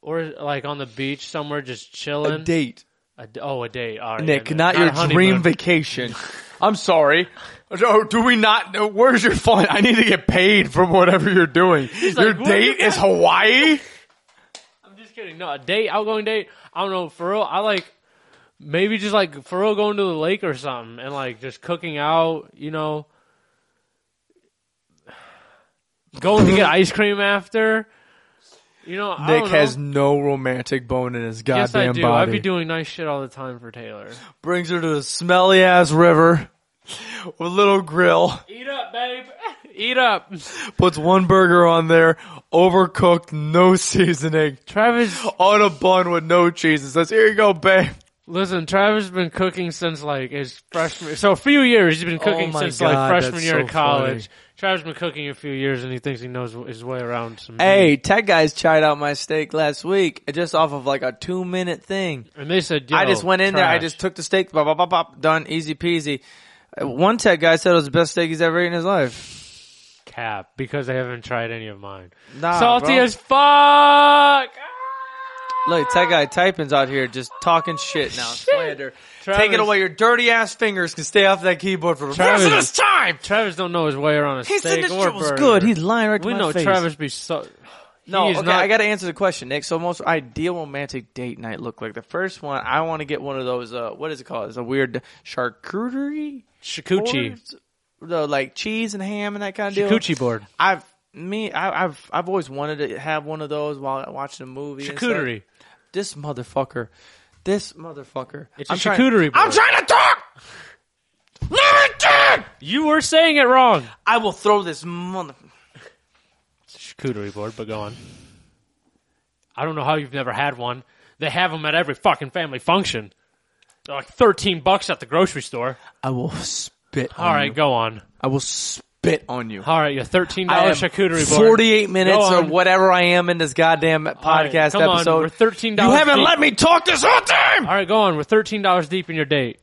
[SPEAKER 1] or like on the beach somewhere just chilling.
[SPEAKER 2] date,
[SPEAKER 1] A d- oh, a date. All right,
[SPEAKER 2] Nick,
[SPEAKER 1] yeah,
[SPEAKER 2] not,
[SPEAKER 1] a
[SPEAKER 2] your dream
[SPEAKER 1] honeymoon.
[SPEAKER 2] vacation. I'm sorry. No, do we not? no, Where's your fun? I need to get paid for whatever you're doing. your
[SPEAKER 1] like, what
[SPEAKER 2] date
[SPEAKER 1] the-
[SPEAKER 2] is Hawaii.
[SPEAKER 1] I'm just kidding. No, a date, outgoing date. I don't know. For real, I like maybe just like for real going to the lake or something and like just cooking out. You know, going to get ice cream after. You know, I
[SPEAKER 2] Nick
[SPEAKER 1] don't know.
[SPEAKER 2] has no romantic bone in his goddamn
[SPEAKER 1] Yes, I do.
[SPEAKER 2] body.
[SPEAKER 1] I'd be doing nice shit all the time for Taylor.
[SPEAKER 2] brings her to the smelly ass river with a little grill,
[SPEAKER 1] Eat up, babe. Eat up,
[SPEAKER 2] puts one burger on there, overcooked, no seasoning,
[SPEAKER 1] Travis.
[SPEAKER 2] on a bun with no cheese, and says, Here you go, babe.
[SPEAKER 1] Listen, Travis has been cooking since like his freshman. So a few years he's been cooking
[SPEAKER 2] Oh my
[SPEAKER 1] since
[SPEAKER 2] God,
[SPEAKER 1] like freshman
[SPEAKER 2] that's
[SPEAKER 1] year
[SPEAKER 2] so
[SPEAKER 1] of college. Travis has been cooking a few years and he thinks he knows his way around some.
[SPEAKER 2] Hey, tech guys tried out my steak last week just off of like a two minute thing.
[SPEAKER 1] And they said,
[SPEAKER 2] I just
[SPEAKER 1] "Yo,
[SPEAKER 2] went in there, I
[SPEAKER 1] trash."
[SPEAKER 2] just took the steak, bop, bop, bop, bop, done, easy peasy. Uh, One tech guy said it was the best steak he's ever eaten in his life.
[SPEAKER 1] cap because they haven't tried any of mine.
[SPEAKER 2] Nah,
[SPEAKER 1] Salty
[SPEAKER 2] bro.
[SPEAKER 1] as fuck. Ah!
[SPEAKER 2] Look, tech guy Typin's out here just talking shit now, slander. Take it
[SPEAKER 1] Travis-
[SPEAKER 2] away. Your dirty ass fingers can stay off that keyboard for the rest of
[SPEAKER 1] Travis.
[SPEAKER 2] this time.
[SPEAKER 1] Travis don't know his way around a
[SPEAKER 2] He said
[SPEAKER 1] steak
[SPEAKER 2] this
[SPEAKER 1] or
[SPEAKER 2] shit was
[SPEAKER 1] burger.
[SPEAKER 2] good. He's lying right to
[SPEAKER 1] we
[SPEAKER 2] my
[SPEAKER 1] know
[SPEAKER 2] face.
[SPEAKER 1] Travis be so.
[SPEAKER 2] No,
[SPEAKER 1] he is
[SPEAKER 2] okay,
[SPEAKER 1] not-
[SPEAKER 2] I got to answer the question, Nick. So, most ideal romantic date night look like the first one. I want to get one of those. Uh, what is it called? It's a weird charcuterie,
[SPEAKER 1] Shikuchi,
[SPEAKER 2] boards? the like cheese and ham and that kind of deal.
[SPEAKER 1] Shikuchi board,
[SPEAKER 2] I've me, I, I've I've always wanted to have one of those while watching a movie. and stuff.
[SPEAKER 1] charcuterie.
[SPEAKER 2] This motherfucker. This motherfucker.
[SPEAKER 1] It's a
[SPEAKER 2] trying-
[SPEAKER 1] charcuterie
[SPEAKER 2] I'm
[SPEAKER 1] board.
[SPEAKER 2] trying to talk. Listen!
[SPEAKER 1] You were saying it wrong.
[SPEAKER 2] I will throw this mother.
[SPEAKER 1] Charcuterie board, but go on. I don't know how you've never had one. They have them at every fucking family function. They're like thirteen bucks at the grocery store.
[SPEAKER 2] I will spit.
[SPEAKER 1] All
[SPEAKER 2] on
[SPEAKER 1] right,
[SPEAKER 2] you.
[SPEAKER 1] go on.
[SPEAKER 2] I will spit on you.
[SPEAKER 1] All right, your thirteen
[SPEAKER 2] I
[SPEAKER 1] dollar
[SPEAKER 2] am
[SPEAKER 1] charcuterie board.
[SPEAKER 2] Forty-eight minutes
[SPEAKER 1] Go
[SPEAKER 2] or
[SPEAKER 1] on.
[SPEAKER 2] whatever I am in this goddamn
[SPEAKER 1] right,
[SPEAKER 2] podcast
[SPEAKER 1] come on,
[SPEAKER 2] episode.
[SPEAKER 1] we're $13
[SPEAKER 2] You haven't
[SPEAKER 1] deep.
[SPEAKER 2] let me talk this whole time.
[SPEAKER 1] All right, go on. We're thirteen dollars deep in your date.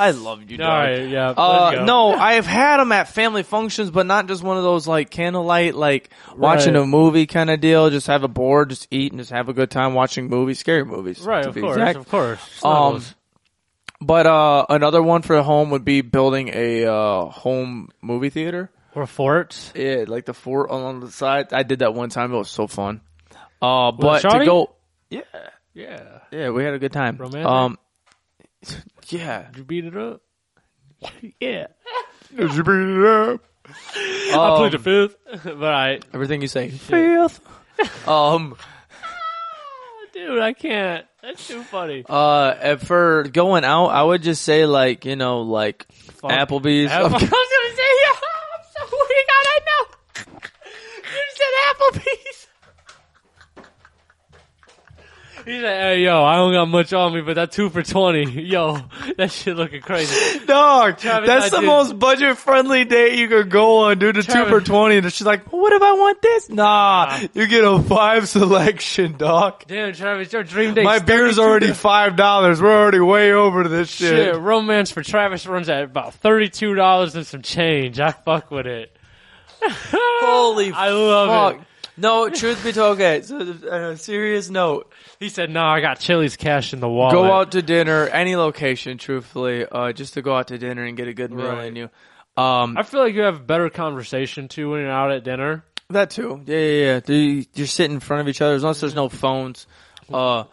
[SPEAKER 2] I love you,
[SPEAKER 1] All
[SPEAKER 2] dog.
[SPEAKER 1] right, yeah. let's
[SPEAKER 2] Uh,
[SPEAKER 1] go.
[SPEAKER 2] no, I've had them at family functions, but not just one of those like candlelight, like watching
[SPEAKER 1] Right.
[SPEAKER 2] a movie kind of deal. Just have a board, just eat, and just have a good time watching movies, scary movies,
[SPEAKER 1] right,
[SPEAKER 2] to
[SPEAKER 1] of
[SPEAKER 2] be
[SPEAKER 1] course,
[SPEAKER 2] exact.
[SPEAKER 1] of course. It's not
[SPEAKER 2] Um,
[SPEAKER 1] those-
[SPEAKER 2] but uh, another one for home would be building a uh, home movie theater.
[SPEAKER 1] or forts.
[SPEAKER 2] Yeah, like the fort along the side. I did that one time. It was so fun. Uh, but to
[SPEAKER 1] Shawty?
[SPEAKER 2] go,
[SPEAKER 1] Yeah,
[SPEAKER 2] yeah, we had a good time.
[SPEAKER 1] Romantic?
[SPEAKER 2] Um, yeah.
[SPEAKER 1] you beat it up. yeah, I
[SPEAKER 2] Um,
[SPEAKER 1] plead the fifth, but I,
[SPEAKER 2] Everything you say. Fifth. um.
[SPEAKER 1] dude, I can't. That's too funny.
[SPEAKER 2] Uh, and for going out, I would just say like you know like
[SPEAKER 1] Fuck.
[SPEAKER 2] Applebee's.
[SPEAKER 1] Apple- I was gonna say, yeah, I'm so weak. I know. You said Applebee's. He's like, hey, yo, I don't got much on me, but that two for 20, yo, that shit looking crazy.
[SPEAKER 2] Dog, that's
[SPEAKER 1] I
[SPEAKER 2] the
[SPEAKER 1] did-
[SPEAKER 2] most budget friendly date you could go on, dude. The two
[SPEAKER 1] Travis-
[SPEAKER 2] for twenty, and she's like, "What if I want this?" Nah, you get a five selection, dog.
[SPEAKER 1] Damn, Travis, your dream date.
[SPEAKER 2] My beer's already five dollars. We're already way over this shit.
[SPEAKER 1] Shit, romance for Travis runs at about $32 and some change. I fuck with it.
[SPEAKER 2] Holy,
[SPEAKER 1] I love
[SPEAKER 2] fuck.
[SPEAKER 1] it.
[SPEAKER 2] No, truth be told, okay. So, uh, on a serious note,
[SPEAKER 1] He said, no, I got Chili's cash in the wallet.
[SPEAKER 2] go out to dinner, any location, truthfully, uh, just to go out to dinner and get a good meal
[SPEAKER 1] Right.
[SPEAKER 2] in you. Um,
[SPEAKER 1] I feel like you have a better conversation too when you're out at dinner.
[SPEAKER 2] That too. Yeah, yeah, yeah. They- You're sitting in front of each other as long as there's no phones. Uh,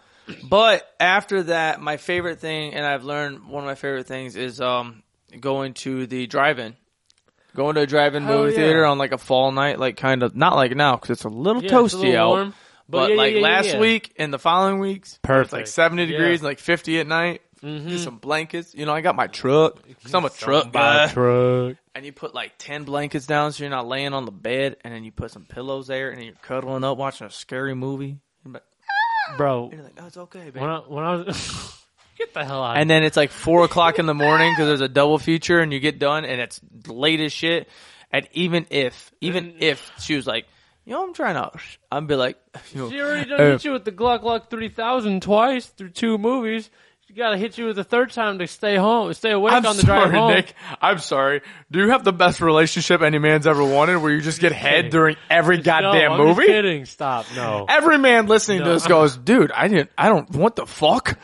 [SPEAKER 2] but after that, my favorite thing, and I've learned one of my favorite things is um going to the drive-in, going to a drive-in
[SPEAKER 1] Hell
[SPEAKER 2] movie
[SPEAKER 1] yeah.
[SPEAKER 2] theater on like a fall night, like kind of not like now because it's a little
[SPEAKER 1] Yeah,
[SPEAKER 2] toasty
[SPEAKER 1] it's a little
[SPEAKER 2] out.
[SPEAKER 1] warm,
[SPEAKER 2] But,
[SPEAKER 1] but yeah, yeah,
[SPEAKER 2] like
[SPEAKER 1] yeah, yeah,
[SPEAKER 2] last
[SPEAKER 1] yeah.
[SPEAKER 2] week and the following weeks, it's
[SPEAKER 1] Perfect.
[SPEAKER 2] like 70
[SPEAKER 1] Yeah. Mm-hmm.
[SPEAKER 2] degrees, and like 50 at night. Get some blankets. You know, I got my truck. 'cause I'm a truck
[SPEAKER 1] Buy
[SPEAKER 2] guy
[SPEAKER 1] a truck.
[SPEAKER 2] and you put like 10 blankets down so you're not laying on the bed and then you put some pillows there and then you're cuddling up watching a scary movie and
[SPEAKER 1] Bro,
[SPEAKER 2] you're like oh it's okay
[SPEAKER 1] when
[SPEAKER 2] baby.
[SPEAKER 1] I, when I was get the hell out of
[SPEAKER 2] and then it's like 4 o'clock in the morning because there's a double feature and you get done and it's late as shit and even if even if she was like you know i'm trying out i'd be like you
[SPEAKER 1] she
[SPEAKER 2] know,
[SPEAKER 1] already done
[SPEAKER 2] Uh,
[SPEAKER 1] hit you with the Glock Glock three thousand twice through two movies. She got to hit you with the third time to stay home, stay awake
[SPEAKER 2] I'm
[SPEAKER 1] on the drive
[SPEAKER 2] sorry,
[SPEAKER 1] home.
[SPEAKER 2] Nick. I'm sorry. Do you have the best relationship any man's ever wanted where you just get head
[SPEAKER 1] kidding.
[SPEAKER 2] during every
[SPEAKER 1] no,
[SPEAKER 2] goddamn
[SPEAKER 1] I'm just
[SPEAKER 2] movie?
[SPEAKER 1] kidding. Stop. No,
[SPEAKER 2] Every man listening to
[SPEAKER 1] No.
[SPEAKER 2] this goes, dude, I didn't, I don't, what the fuck?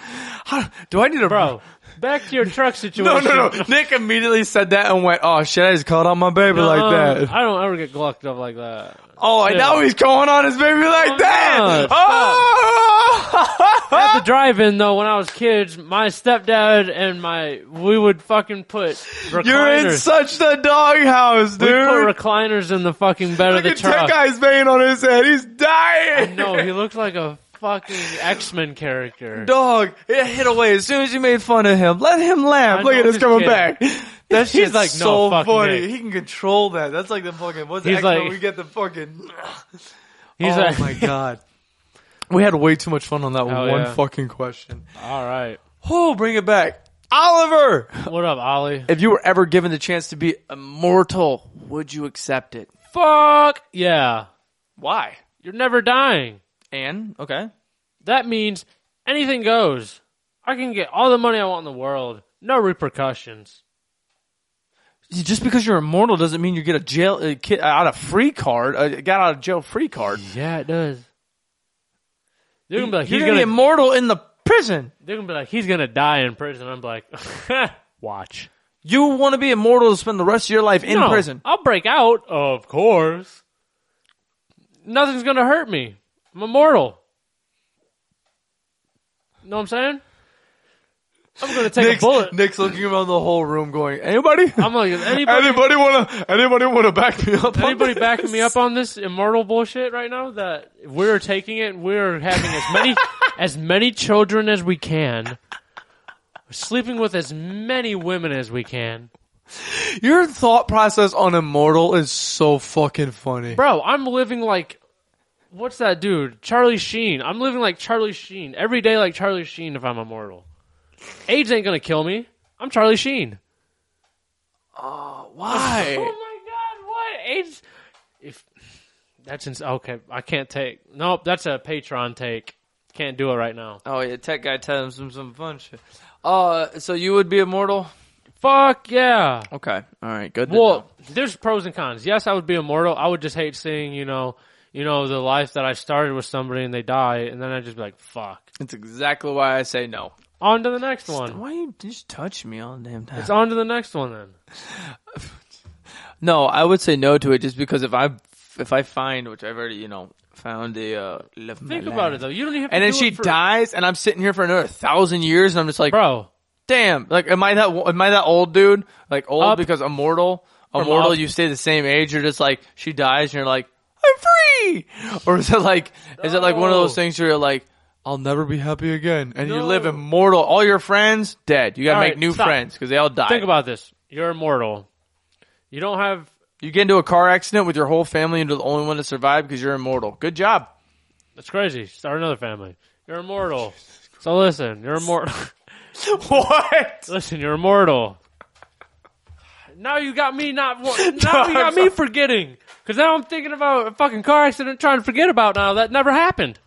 [SPEAKER 2] How, do I need a
[SPEAKER 1] bro. Back to your truck
[SPEAKER 2] No,
[SPEAKER 1] situation.
[SPEAKER 2] no, no. Nick immediately said that and went, oh shit, I just called out my baby
[SPEAKER 1] Uh-uh.
[SPEAKER 2] like that.
[SPEAKER 1] I don't ever get glocked up like that.
[SPEAKER 2] oh, and
[SPEAKER 1] shit.
[SPEAKER 2] now he's calling on his baby like
[SPEAKER 1] Oh,
[SPEAKER 2] that.
[SPEAKER 1] no, stop. At
[SPEAKER 2] oh!
[SPEAKER 1] the drive-in though, when I was kids, my stepdad and my we would fucking put recliners.
[SPEAKER 2] You're in such the doghouse,
[SPEAKER 1] we
[SPEAKER 2] dude.
[SPEAKER 1] put recliners in the fucking bed of
[SPEAKER 2] Look
[SPEAKER 1] the
[SPEAKER 2] at that
[SPEAKER 1] truck.
[SPEAKER 2] guy's vein on his head. He's dying.
[SPEAKER 1] No, he looked like a fucking X Men character.
[SPEAKER 2] Dog, it hit away as soon as you made fun of him. Let him laugh.
[SPEAKER 1] I
[SPEAKER 2] Look
[SPEAKER 1] know,
[SPEAKER 2] at
[SPEAKER 1] I'm
[SPEAKER 2] this
[SPEAKER 1] just
[SPEAKER 2] coming
[SPEAKER 1] kidding.
[SPEAKER 2] back. That
[SPEAKER 1] He's
[SPEAKER 2] shit's
[SPEAKER 1] like, "No,
[SPEAKER 2] so
[SPEAKER 1] fuck
[SPEAKER 2] funny.
[SPEAKER 1] Nick."
[SPEAKER 2] He can control that. That's like the fucking. What's
[SPEAKER 1] He's
[SPEAKER 2] He's like,
[SPEAKER 1] like-
[SPEAKER 2] we get the fucking.
[SPEAKER 1] He's
[SPEAKER 2] oh
[SPEAKER 1] like,
[SPEAKER 2] my god. We had way too much fun on that
[SPEAKER 1] Hell
[SPEAKER 2] one
[SPEAKER 1] yeah.
[SPEAKER 2] fucking question.
[SPEAKER 1] all right,
[SPEAKER 2] Oh, bring it back, Oliver.
[SPEAKER 1] what up, Ollie?
[SPEAKER 2] If you were ever given the chance to be immortal, would you accept it?
[SPEAKER 1] Fuck yeah,
[SPEAKER 2] Why?
[SPEAKER 1] you're never dying.
[SPEAKER 2] And okay,
[SPEAKER 1] That means anything goes. I can get all the money I want in the world, no repercussions.
[SPEAKER 2] just because you're immortal doesn't mean you get a jail a kid out of free card, a got out of jail free card.
[SPEAKER 1] Yeah, it does. They're gonna be like,
[SPEAKER 2] You're
[SPEAKER 1] he's
[SPEAKER 2] gonna, be
[SPEAKER 1] gonna.
[SPEAKER 2] immortal in the prison.
[SPEAKER 1] They're gonna be like, he's gonna die in prison. I'm like, watch
[SPEAKER 2] You want to be immortal to spend the rest of your life in
[SPEAKER 1] No,
[SPEAKER 2] prison.
[SPEAKER 1] I'll break out, of course. Nothing's gonna hurt me. I'm immortal. Know what I'm saying? I'm gonna take a bullet.
[SPEAKER 2] Nick's looking around the whole room, going, "Anybody?
[SPEAKER 1] I'm like, is anybody,
[SPEAKER 2] Anybody want to? Anybody want to back me up? on
[SPEAKER 1] anybody
[SPEAKER 2] this?"
[SPEAKER 1] backing me up on this immortal bullshit right now? That we're taking it. and We're having as many as many children as we can. Sleeping with as many women as we can.
[SPEAKER 2] Your thought process on immortal is so fucking funny.
[SPEAKER 1] Bro, I'm living like what's that dude? Charlie Sheen. I'm living like Charlie Sheen. Every day like Charlie Sheen if I'm immortal. AIDS ain't gonna kill me. I'm Charlie Sheen. Oh my
[SPEAKER 2] Why?
[SPEAKER 1] god, what? AIDS if that's ins- okay, I can't take nope, that's a Patreon take. Can't do it right now.
[SPEAKER 2] oh yeah, tech guy tells him some fun shit. Uh, so you would be immortal?
[SPEAKER 1] Fuck yeah.
[SPEAKER 3] Okay. All right. Good. to know.
[SPEAKER 1] Well, there's pros and cons. Yes, I would be immortal. I would just hate seeing, you know, you know, the life that I started with somebody and they die, and then I'd just be like, fuck.
[SPEAKER 3] That's exactly why I say no.
[SPEAKER 1] On to the next one.
[SPEAKER 3] Why you just touch me all the damn time?
[SPEAKER 1] It's on to the next one then.
[SPEAKER 3] No, I would say no to it just because if I if I find which I've already you know found the uh, love of my
[SPEAKER 1] Think about
[SPEAKER 3] life.
[SPEAKER 1] it though. You don't even have to
[SPEAKER 3] And then
[SPEAKER 1] do
[SPEAKER 3] she
[SPEAKER 1] it for-
[SPEAKER 3] dies, and I'm sitting here for another thousand years, and I'm just like,
[SPEAKER 1] Bro,
[SPEAKER 3] damn, like am I that am I that old dude? Like old
[SPEAKER 1] Up.
[SPEAKER 3] because immortal, immortal,
[SPEAKER 1] up.
[SPEAKER 3] you stay the same age. You're just like she dies, and you're like, I'm free. Or is it like is it like one of
[SPEAKER 1] No.
[SPEAKER 3] those things where you're like, I'll never be happy again, and you live
[SPEAKER 1] No.
[SPEAKER 3] immortal. All your friends dead. You gotta
[SPEAKER 1] All
[SPEAKER 3] make
[SPEAKER 1] right,
[SPEAKER 3] new
[SPEAKER 1] stop.
[SPEAKER 3] friends because they all die.
[SPEAKER 1] think about this. You're immortal. You don't have
[SPEAKER 3] You get into a car accident with your whole family, and you're the only one to survive because you're immortal. Good job.
[SPEAKER 1] that's crazy. Start another family. You're immortal. So listen, you're immortal.
[SPEAKER 3] what?
[SPEAKER 1] listen, you're immortal. Now you got me not. wa- Now you
[SPEAKER 3] I'm
[SPEAKER 1] got
[SPEAKER 3] sorry.
[SPEAKER 1] me forgetting because now I'm thinking about a fucking car accident, trying to forget about now that never happened.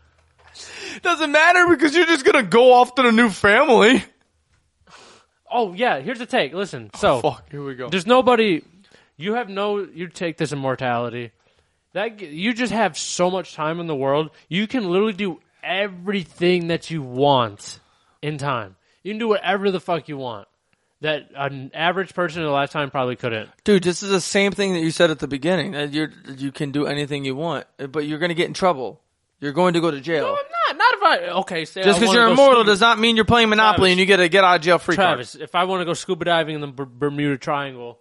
[SPEAKER 3] Doesn't matter because you're just gonna go off to the new family.
[SPEAKER 1] Oh yeah, here's the take. Listen, so
[SPEAKER 3] Fuck. Here we go.
[SPEAKER 1] there's nobody. You have no. You take this immortality. That g- you just have so much time in the world. You can literally do everything that you want in time. You can do whatever the fuck you want. That an average person in a lifetime probably couldn't.
[SPEAKER 3] Dude, this is the same thing that you said at the beginning. That you you can do anything you want, but you're gonna get in trouble. You're going to go to jail.
[SPEAKER 1] No, Oh, I'm not. Not if I. Okay, say because
[SPEAKER 3] just because you're immortal does not mean you're playing Monopoly
[SPEAKER 1] Travis.
[SPEAKER 3] and you get a get out of jail free card.
[SPEAKER 1] Travis, if I want to go scuba diving in the B- Bermuda Triangle,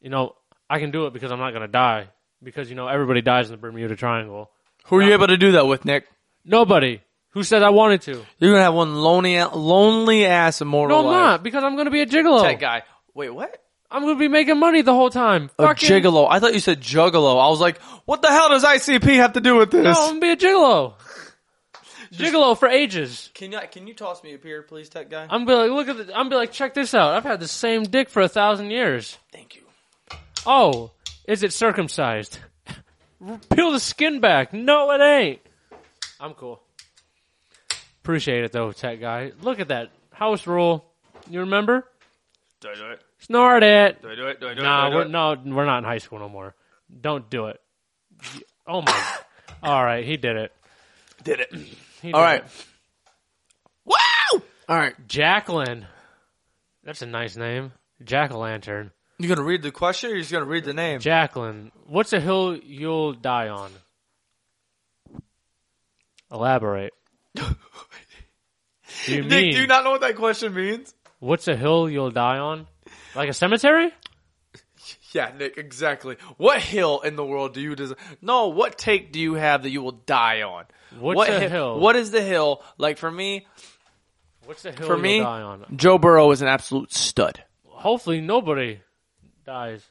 [SPEAKER 1] you know, I can do it because I'm not going to die. Because, you know, everybody dies in the Bermuda Triangle.
[SPEAKER 3] Who are you able to do that with, Nick?
[SPEAKER 1] Nobody. Who said I wanted to?
[SPEAKER 3] You're gonna have one lonely, lonely ass
[SPEAKER 1] No,
[SPEAKER 3] immortal.
[SPEAKER 1] I'm
[SPEAKER 3] life.
[SPEAKER 1] not. Because I'm going to be a gigolo.
[SPEAKER 3] That guy. Wait, what?
[SPEAKER 1] I'm going to be making money the whole time.
[SPEAKER 3] A
[SPEAKER 1] Fucking,
[SPEAKER 3] gigolo. I thought you said juggalo. I was like, what the hell does ICP have to do with
[SPEAKER 1] No,
[SPEAKER 3] this?
[SPEAKER 1] I'm going to be a gigolo. gigolo for ages.
[SPEAKER 3] Can you can you toss me a beer, please, tech guy?
[SPEAKER 1] I'm be like, look at the, I'm be like, check this out. I've had the same dick for a thousand years.
[SPEAKER 3] Thank you.
[SPEAKER 1] Oh, is it circumcised? Peel the skin back. No, it ain't. I'm cool. Appreciate it though, tech guy. Look at that house rule. You remember?
[SPEAKER 3] Do I do it?
[SPEAKER 1] Snort it.
[SPEAKER 3] Do I do it? Do I do
[SPEAKER 1] Nah, we're,
[SPEAKER 3] uh,
[SPEAKER 1] no, we're not in high school no more. Don't do it. Oh my. All right, he did it.
[SPEAKER 3] Did it.
[SPEAKER 1] He
[SPEAKER 3] All
[SPEAKER 1] did
[SPEAKER 3] right.
[SPEAKER 1] it.
[SPEAKER 3] Wow. All right.
[SPEAKER 1] Jacqueline. That's a nice name. Jack o' lantern.
[SPEAKER 3] You gonna read the question, or you just gonna read the name?
[SPEAKER 1] Jacqueline, what's a hill you'll die on? Elaborate. Do you mean
[SPEAKER 3] Nick, do you not know what that question means?
[SPEAKER 1] what's a hill you'll die on? Like a cemetery?
[SPEAKER 3] Yeah, Nick, exactly. What hill in the world do you des- No, what take do you have that you will die on?
[SPEAKER 1] What's
[SPEAKER 3] what
[SPEAKER 1] a
[SPEAKER 3] hi-
[SPEAKER 1] hill?
[SPEAKER 3] What is the hill? Like for me,
[SPEAKER 1] What's a hill
[SPEAKER 3] For
[SPEAKER 1] you'll
[SPEAKER 3] me-
[SPEAKER 1] die on?
[SPEAKER 3] Joe Burrow is an absolute stud.
[SPEAKER 1] Hopefully nobody dies.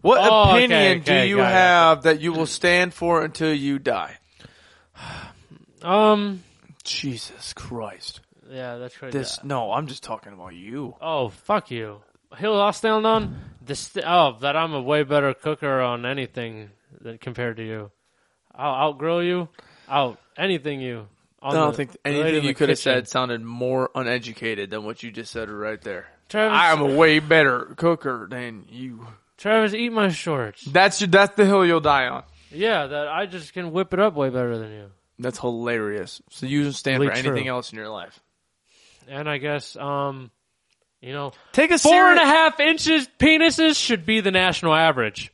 [SPEAKER 3] What
[SPEAKER 1] Oh, okay,
[SPEAKER 3] opinion
[SPEAKER 1] okay,
[SPEAKER 3] do you
[SPEAKER 1] got it.
[SPEAKER 3] have that you will stand for until you die?
[SPEAKER 1] Um
[SPEAKER 3] Jesus Christ.
[SPEAKER 1] yeah, that's crazy.
[SPEAKER 3] This no, I'm just talking about you.
[SPEAKER 1] Oh, fuck you. Hill I'll stand on? The st- oh, that I'm a way better cooker on anything than compared to you. I'll outgrill you. Out anything you.
[SPEAKER 3] I don't think anything you could have said sounded more uneducated than what you just said right there.
[SPEAKER 1] Travis,
[SPEAKER 3] I am a way better cooker than you.
[SPEAKER 1] Travis, eat my shorts.
[SPEAKER 3] That's your, that's the hill you'll die on.
[SPEAKER 1] Yeah, that I just can whip it up way better than you.
[SPEAKER 3] That's hilarious. So you don't stand
[SPEAKER 1] Really
[SPEAKER 3] for anything
[SPEAKER 1] true.
[SPEAKER 3] else in your life.
[SPEAKER 1] And I guess, um, you know,
[SPEAKER 3] Take a
[SPEAKER 1] four and a half inches penises should be the national average.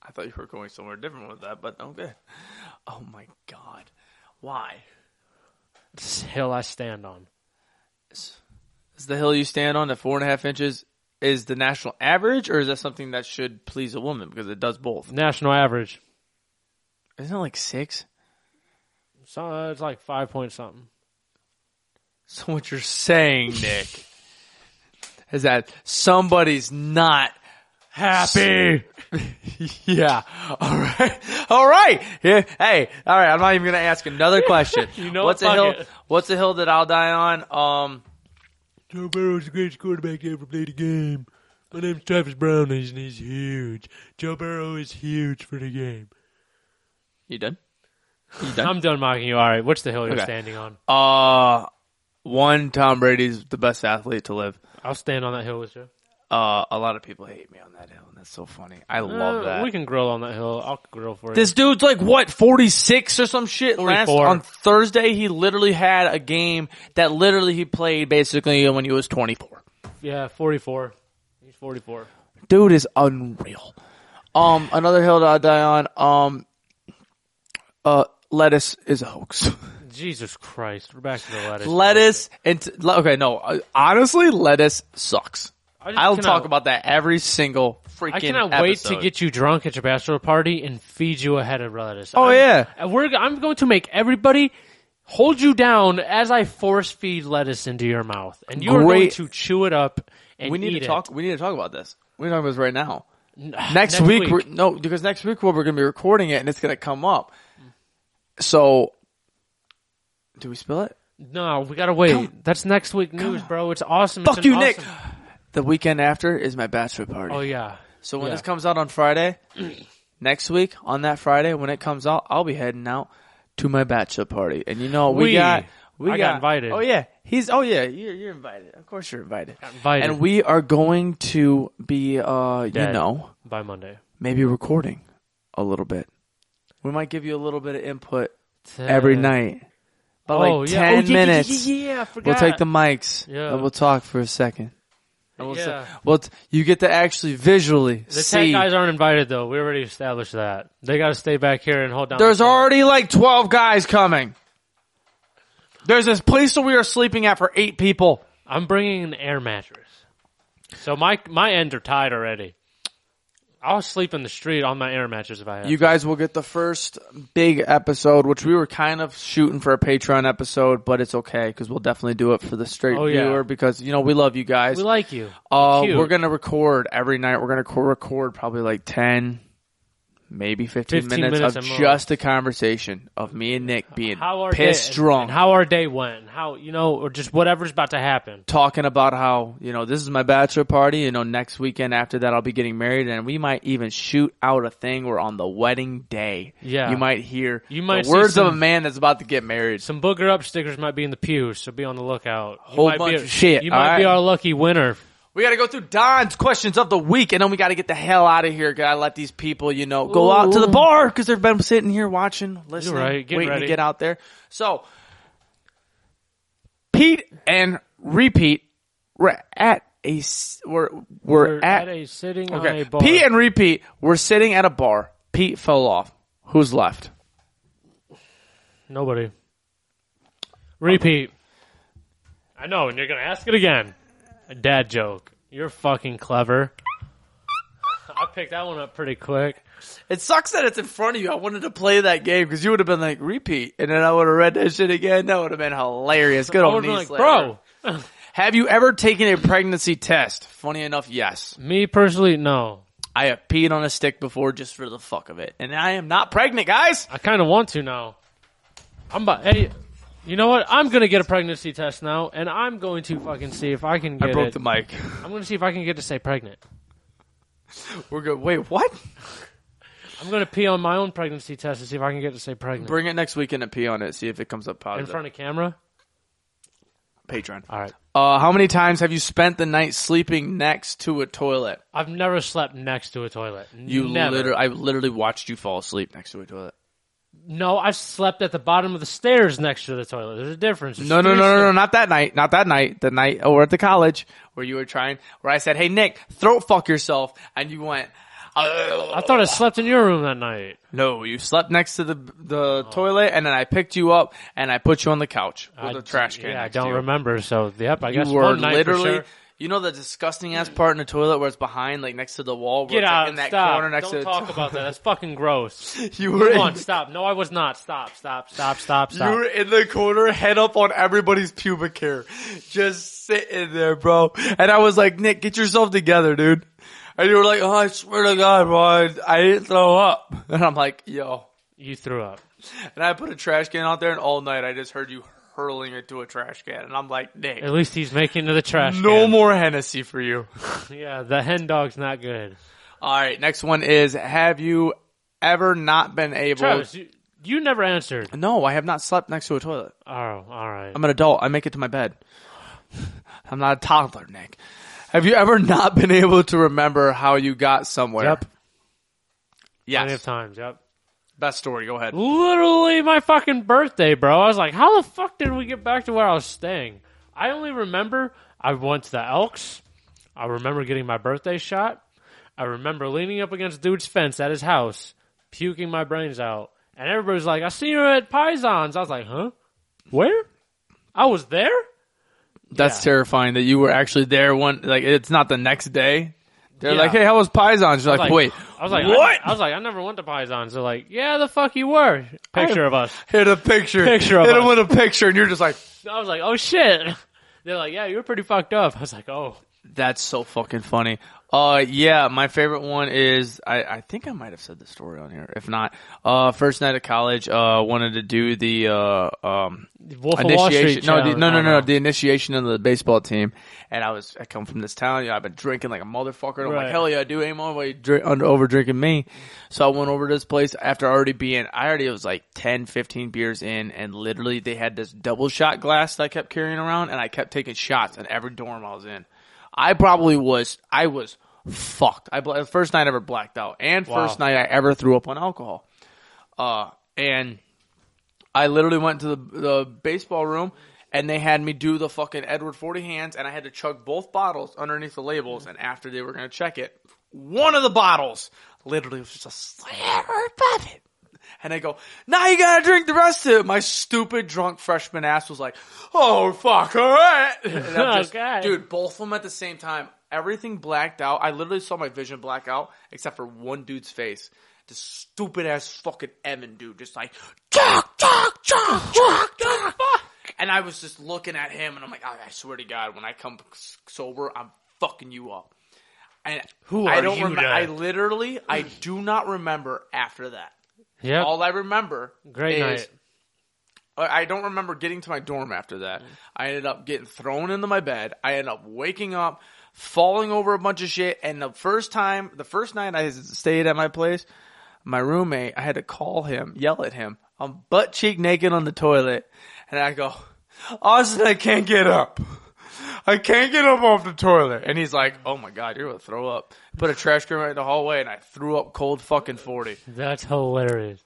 [SPEAKER 3] I thought you were going somewhere different with that, but okay. Oh my god, why?
[SPEAKER 1] This hill I stand on.
[SPEAKER 3] Is the hill you stand on at four and a half inches is the national average, or is that something that should please a woman because it does both?
[SPEAKER 1] National average.
[SPEAKER 3] Isn't it like six?
[SPEAKER 1] So it's like five point something.
[SPEAKER 3] So what you're saying, Nick, is that somebody's not
[SPEAKER 1] Happy.
[SPEAKER 3] Yeah. All right. All right. Yeah. Hey. All right. I'm not even gonna ask another question.
[SPEAKER 1] You know
[SPEAKER 3] what's
[SPEAKER 1] what?
[SPEAKER 3] a hill?
[SPEAKER 1] Fuck it.
[SPEAKER 3] What's a hill that I'll die on? Um.
[SPEAKER 1] Joe Burrow's the greatest quarterback to ever play the game. My name's Travis Brown, and he's huge. Joe Burrow is huge for the game.
[SPEAKER 3] You done?
[SPEAKER 1] I'm done mocking you. All right, what's the hill you're
[SPEAKER 3] Okay.
[SPEAKER 1] standing on?
[SPEAKER 3] Uh. One, Tom Brady's the best athlete to live.
[SPEAKER 1] I'll stand on that hill with you.
[SPEAKER 3] Uh, a lot of people hate me on that hill, and that's so funny. I
[SPEAKER 1] Uh,
[SPEAKER 3] love that.
[SPEAKER 1] We can grill on that hill. I'll grill for you.
[SPEAKER 3] This dude's like what, 46 or some shit? Last
[SPEAKER 1] 44.
[SPEAKER 3] on Thursday he literally had a game that literally he played basically when he was 24.
[SPEAKER 1] Yeah, 44. He's 44.
[SPEAKER 3] Dude is unreal. Um another hill that I die on um uh lettuce is a hoax.
[SPEAKER 1] Jesus Christ. We're back to the lettuce.
[SPEAKER 3] lettuce and t- le- okay, no, uh, honestly lettuce sucks.
[SPEAKER 1] I just
[SPEAKER 3] I'll
[SPEAKER 1] cannot-
[SPEAKER 3] talk about that every single freaking
[SPEAKER 1] I cannot wait to
[SPEAKER 3] episode.
[SPEAKER 1] get you drunk at your bachelor party and feed you a head of lettuce.
[SPEAKER 3] Oh,
[SPEAKER 1] I'm-
[SPEAKER 3] yeah.
[SPEAKER 1] and we're, I'm going to make everybody hold you down as I force feed lettuce into your mouth, and you are going
[SPEAKER 3] Great.
[SPEAKER 1] to chew it up and
[SPEAKER 3] we need
[SPEAKER 1] eat
[SPEAKER 3] to
[SPEAKER 1] it.
[SPEAKER 3] talk we need to talk about this. We need to talk about this right now.
[SPEAKER 1] next,
[SPEAKER 3] next week, We're, no, because next week well, we're going to be recording it and it's going to come up. So, do we spill it?
[SPEAKER 1] no, we gotta wait. That's next week news, bro. It's awesome. It's an
[SPEAKER 3] Fuck you, Nick.
[SPEAKER 1] awesome-
[SPEAKER 3] The weekend after is my bachelor party.
[SPEAKER 1] Oh yeah.
[SPEAKER 3] so when
[SPEAKER 1] yeah.
[SPEAKER 3] this comes out on Friday, next week on that Friday when it comes out, I'll be heading out to my bachelor party. And you know what we,
[SPEAKER 1] We-
[SPEAKER 3] got we
[SPEAKER 1] I got invited.
[SPEAKER 3] Oh yeah, he's oh yeah, you're you're invited. Of course you're invited.
[SPEAKER 1] invited.
[SPEAKER 3] And we are going to be uh you
[SPEAKER 1] Dead.
[SPEAKER 3] know
[SPEAKER 1] By Monday.
[SPEAKER 3] maybe recording a little bit. We might give you a little bit of input every night. But
[SPEAKER 1] oh,
[SPEAKER 3] like
[SPEAKER 1] yeah. Oh,
[SPEAKER 3] 10
[SPEAKER 1] yeah, yeah,
[SPEAKER 3] minutes.
[SPEAKER 1] Yeah, yeah, yeah, I forgot.
[SPEAKER 3] We'll take the mics
[SPEAKER 1] Yeah.
[SPEAKER 3] and we'll talk for a second. And we'll,
[SPEAKER 1] Yeah.
[SPEAKER 3] say, well, t- you get to actually visually
[SPEAKER 1] The
[SPEAKER 3] see.
[SPEAKER 1] tech guys aren't invited though. We already established that. They got to stay back here and hold down.
[SPEAKER 3] There's
[SPEAKER 1] the fort.
[SPEAKER 3] already like 12 guys coming. There's this place that we are sleeping at for eight people.
[SPEAKER 1] I'm bringing an air mattress. So my my ends are tied already. I'll sleep in the street on my air mattress if I have.
[SPEAKER 3] You guys will get the first big episode, which we were kind of shooting for a Patreon episode, but it's okay because we'll definitely do it for the straight
[SPEAKER 1] Oh, yeah.
[SPEAKER 3] viewer because, you know, we love you guys.
[SPEAKER 1] we like you.
[SPEAKER 3] Uh,
[SPEAKER 1] You're cute.
[SPEAKER 3] we're gonna record every night. We're gonna co- record probably like ten, maybe fifteen,
[SPEAKER 1] 15
[SPEAKER 3] minutes,
[SPEAKER 1] minutes
[SPEAKER 3] of
[SPEAKER 1] at most.
[SPEAKER 3] just a conversation of me and Nick being
[SPEAKER 1] how our
[SPEAKER 3] pissed
[SPEAKER 1] day,
[SPEAKER 3] drunk,
[SPEAKER 1] and how our day went, and how you know, or just whatever's about to happen.
[SPEAKER 3] talking about how you know this is my bachelor party. You know, next weekend after that, I'll be getting married, and we might even shoot out a thing where on the wedding day,
[SPEAKER 1] Yeah.
[SPEAKER 3] you might hear
[SPEAKER 1] You might
[SPEAKER 3] the
[SPEAKER 1] see
[SPEAKER 3] words of a
[SPEAKER 1] some-
[SPEAKER 3] man that's about to get married.
[SPEAKER 1] Some booger up stickers might be in the pews, so be on the lookout. You
[SPEAKER 3] Whole
[SPEAKER 1] might
[SPEAKER 3] bunch
[SPEAKER 1] be,
[SPEAKER 3] of shit,
[SPEAKER 1] You might be
[SPEAKER 3] alright?
[SPEAKER 1] our lucky winner.
[SPEAKER 3] We got to go through Don's questions of the week, and then we got to get the hell out of here. Got to let these people, you know, go out to the bar because they've been sitting here watching, listening,
[SPEAKER 1] right, get
[SPEAKER 3] waiting
[SPEAKER 1] ready.
[SPEAKER 3] to get out there. So, Pete and repeat, we're at a s- we're we're,
[SPEAKER 1] We're at
[SPEAKER 3] at,
[SPEAKER 1] a sitting on
[SPEAKER 3] okay.
[SPEAKER 1] a bar.
[SPEAKER 3] Pete and repeat, we're sitting at a bar. Pete fell off. Who's left?
[SPEAKER 1] Nobody. Repeat. I know, and you're gonna ask it again. A dad joke. You're fucking clever. I picked that one up pretty quick.
[SPEAKER 3] It sucks that it's in front of you. I wanted to play that game because you would have been like repeat, and then I would have read that shit again. That would have been hilarious. Good
[SPEAKER 1] I
[SPEAKER 3] old
[SPEAKER 1] would've been
[SPEAKER 3] knee
[SPEAKER 1] like,
[SPEAKER 3] slapper.
[SPEAKER 1] bro.
[SPEAKER 3] Have you ever taken a pregnancy test? Funny enough, yes.
[SPEAKER 1] Me personally, no.
[SPEAKER 3] I have peed on a stick before just for the fuck of it. And I am not pregnant, guys!
[SPEAKER 1] I kind of want to now. I'm about. Hey, you know what? I'm gonna get a pregnancy test now, and I'm going to fucking see if I can get
[SPEAKER 3] I broke
[SPEAKER 1] it.
[SPEAKER 3] the mic.
[SPEAKER 1] I'm gonna see if I can get to say pregnant.
[SPEAKER 3] We're good. Wait, what?
[SPEAKER 1] I'm gonna pee on my own pregnancy test to see if I can get to say pregnant
[SPEAKER 3] Bring it next weekend and pee on it. See if it comes up
[SPEAKER 1] in
[SPEAKER 3] positive.
[SPEAKER 1] front of camera.
[SPEAKER 3] Patreon.
[SPEAKER 1] All right.
[SPEAKER 3] Uh, how many times have you spent the night sleeping next to a toilet?
[SPEAKER 1] I've never slept next to a toilet.
[SPEAKER 3] You
[SPEAKER 1] never.
[SPEAKER 3] literally, I literally watched you fall asleep next to a toilet.
[SPEAKER 1] No, I slept at the bottom of the stairs next to the toilet. There's a difference. There's
[SPEAKER 3] No, no,
[SPEAKER 1] three
[SPEAKER 3] no, no, no,
[SPEAKER 1] steps.
[SPEAKER 3] not that night. Not that night. The night over at the college where you were trying, where I said, "Hey Nick, throat fuck yourself," and you went.
[SPEAKER 1] I thought I slept in your room that night.
[SPEAKER 3] No, you slept next to the the toilet, and then I picked you up and I put you on the couch with
[SPEAKER 1] I-
[SPEAKER 3] a trash can.
[SPEAKER 1] Yeah, I
[SPEAKER 3] next
[SPEAKER 1] don't
[SPEAKER 3] to you.
[SPEAKER 1] remember. So, yep, I guess
[SPEAKER 3] You were
[SPEAKER 1] one night for
[SPEAKER 3] literally,
[SPEAKER 1] sure.
[SPEAKER 3] you know, the disgusting ass part in the toilet where it's behind, like next to the wall.
[SPEAKER 1] Get
[SPEAKER 3] Where it's, like,
[SPEAKER 1] out!
[SPEAKER 3] in that
[SPEAKER 1] stop!
[SPEAKER 3] corner next
[SPEAKER 1] don't
[SPEAKER 3] to the
[SPEAKER 1] talk about that. That's fucking gross.
[SPEAKER 3] that. You were
[SPEAKER 1] Come on,
[SPEAKER 3] in,
[SPEAKER 1] stop! No, I was not. Stop! Stop! Stop! Stop!
[SPEAKER 3] you were
[SPEAKER 1] Stop!
[SPEAKER 3] in the corner, head up on everybody's pubic hair, just sitting there, bro. And I was like, Nick, get yourself together, dude. And you were like, oh, I swear to God, bro, I, I didn't throw up. And I'm like, yo.
[SPEAKER 1] You threw up.
[SPEAKER 3] And I put a trash can out there, and all night I just heard you hurling it to a trash can. And I'm like, Nick,
[SPEAKER 1] At least he's making it to the trash.
[SPEAKER 3] no
[SPEAKER 1] can.
[SPEAKER 3] more Hennessy for you.
[SPEAKER 1] Yeah, the hen dog's not good.
[SPEAKER 3] all right, next one is Have you ever not been able
[SPEAKER 1] Travis, you, you never answered.
[SPEAKER 3] No, I have not slept next to a toilet.
[SPEAKER 1] Oh, all right.
[SPEAKER 2] I'm an adult. I make it to my bed. I'm not a toddler, Nick. Have you ever not been able to remember how you got somewhere?
[SPEAKER 1] Yep. Plenty of
[SPEAKER 2] Yes.
[SPEAKER 1] times. Yep.
[SPEAKER 2] Best story. Go ahead.
[SPEAKER 1] Literally my fucking birthday, bro. I was like, how the fuck did we get back to where I was staying? I only remember I went to the Elks. I remember getting my birthday shot. I remember leaning up against dude's fence at his house, puking my brains out. And everybody was like, I seen you at Pisons. I was like, huh? Where? I was there?
[SPEAKER 2] That's
[SPEAKER 1] Yeah.
[SPEAKER 2] terrifying that you were actually there one like it's not the next day. They're
[SPEAKER 1] Yeah.
[SPEAKER 2] like, "Hey, how was Pisons?" You're like,
[SPEAKER 1] Like,
[SPEAKER 2] "Wait,
[SPEAKER 1] I was like, I-
[SPEAKER 2] what?"
[SPEAKER 1] I, was like, I never went to Pisons. They're like, yeah, the fuck you were. Picture of us.
[SPEAKER 2] hit a picture,
[SPEAKER 1] Picture of
[SPEAKER 2] hit 'em
[SPEAKER 1] us.
[SPEAKER 2] with a picture, and you're just like,
[SPEAKER 1] I was like, oh shit. They're like, yeah, you were pretty fucked up. I was like, oh.
[SPEAKER 2] "That's so fucking funny." Uh, yeah, my favorite one is I, I think I might have said the story on here. If not, uh, first night of college, uh, wanted to do the uh um
[SPEAKER 1] Wolf of Wall Street.
[SPEAKER 2] initiation. No, the,
[SPEAKER 1] challenge.
[SPEAKER 2] no, no,
[SPEAKER 1] Oh,
[SPEAKER 2] no, the initiation of the baseball team. And I was, I come from this town. You know, I've been drinking like a motherfucker. And I'm like,
[SPEAKER 1] Right.
[SPEAKER 2] hell yeah, I do. Ain't nobody drink, under, over drinking me. So I went over to this place after already being, I already was like 10, 15 beers in, and literally they had this double shot glass that I kept carrying around, and I kept taking shots in every dorm I was in. I probably was, I was fucked. I bla- first night I ever blacked out, and first night I ever threw up on alcohol. Uh, and. I literally went to the, the baseball room and they had me do the fucking Edward 40 hands and I had to chug both bottles underneath the labels and after they were going to check it, one of the bottles literally was just a sliver above it. And I go, now you gotta drink the rest of it. My stupid drunk freshman ass was like, oh fuck, alright. And I'm just-
[SPEAKER 1] Okay.
[SPEAKER 2] Dude, both of them at the same time. Everything blacked out. I literally saw my vision black out except for one dude's face. This stupid ass fucking Evan dude just like, chug, chug, chug, chug, chug. And I was just looking at him and I'm like, "Ah, I swear to God, when I come s- sober, I'm fucking you up. And
[SPEAKER 1] Who
[SPEAKER 2] I
[SPEAKER 1] are
[SPEAKER 2] don't
[SPEAKER 1] you
[SPEAKER 2] remember.
[SPEAKER 1] to-
[SPEAKER 2] I literally, I do not remember after that.
[SPEAKER 1] Yep.
[SPEAKER 2] All I remember
[SPEAKER 1] Great
[SPEAKER 2] is
[SPEAKER 1] night.
[SPEAKER 2] I I don't remember getting to my dorm after that.
[SPEAKER 1] Mm.
[SPEAKER 2] I ended up getting thrown into my bed. I ended up waking up, falling over a bunch of shit. And the first time, the first night I stayed at my place, my roommate, I had to call him, yell at him. I'm butt cheek naked on the toilet. And I go, Austin, I can't get up. I can't get up off the toilet. And he's like, oh my God, you're going to throw up. Put a trash can right in the hallway and I threw up cold fucking 40.
[SPEAKER 1] That's hilarious.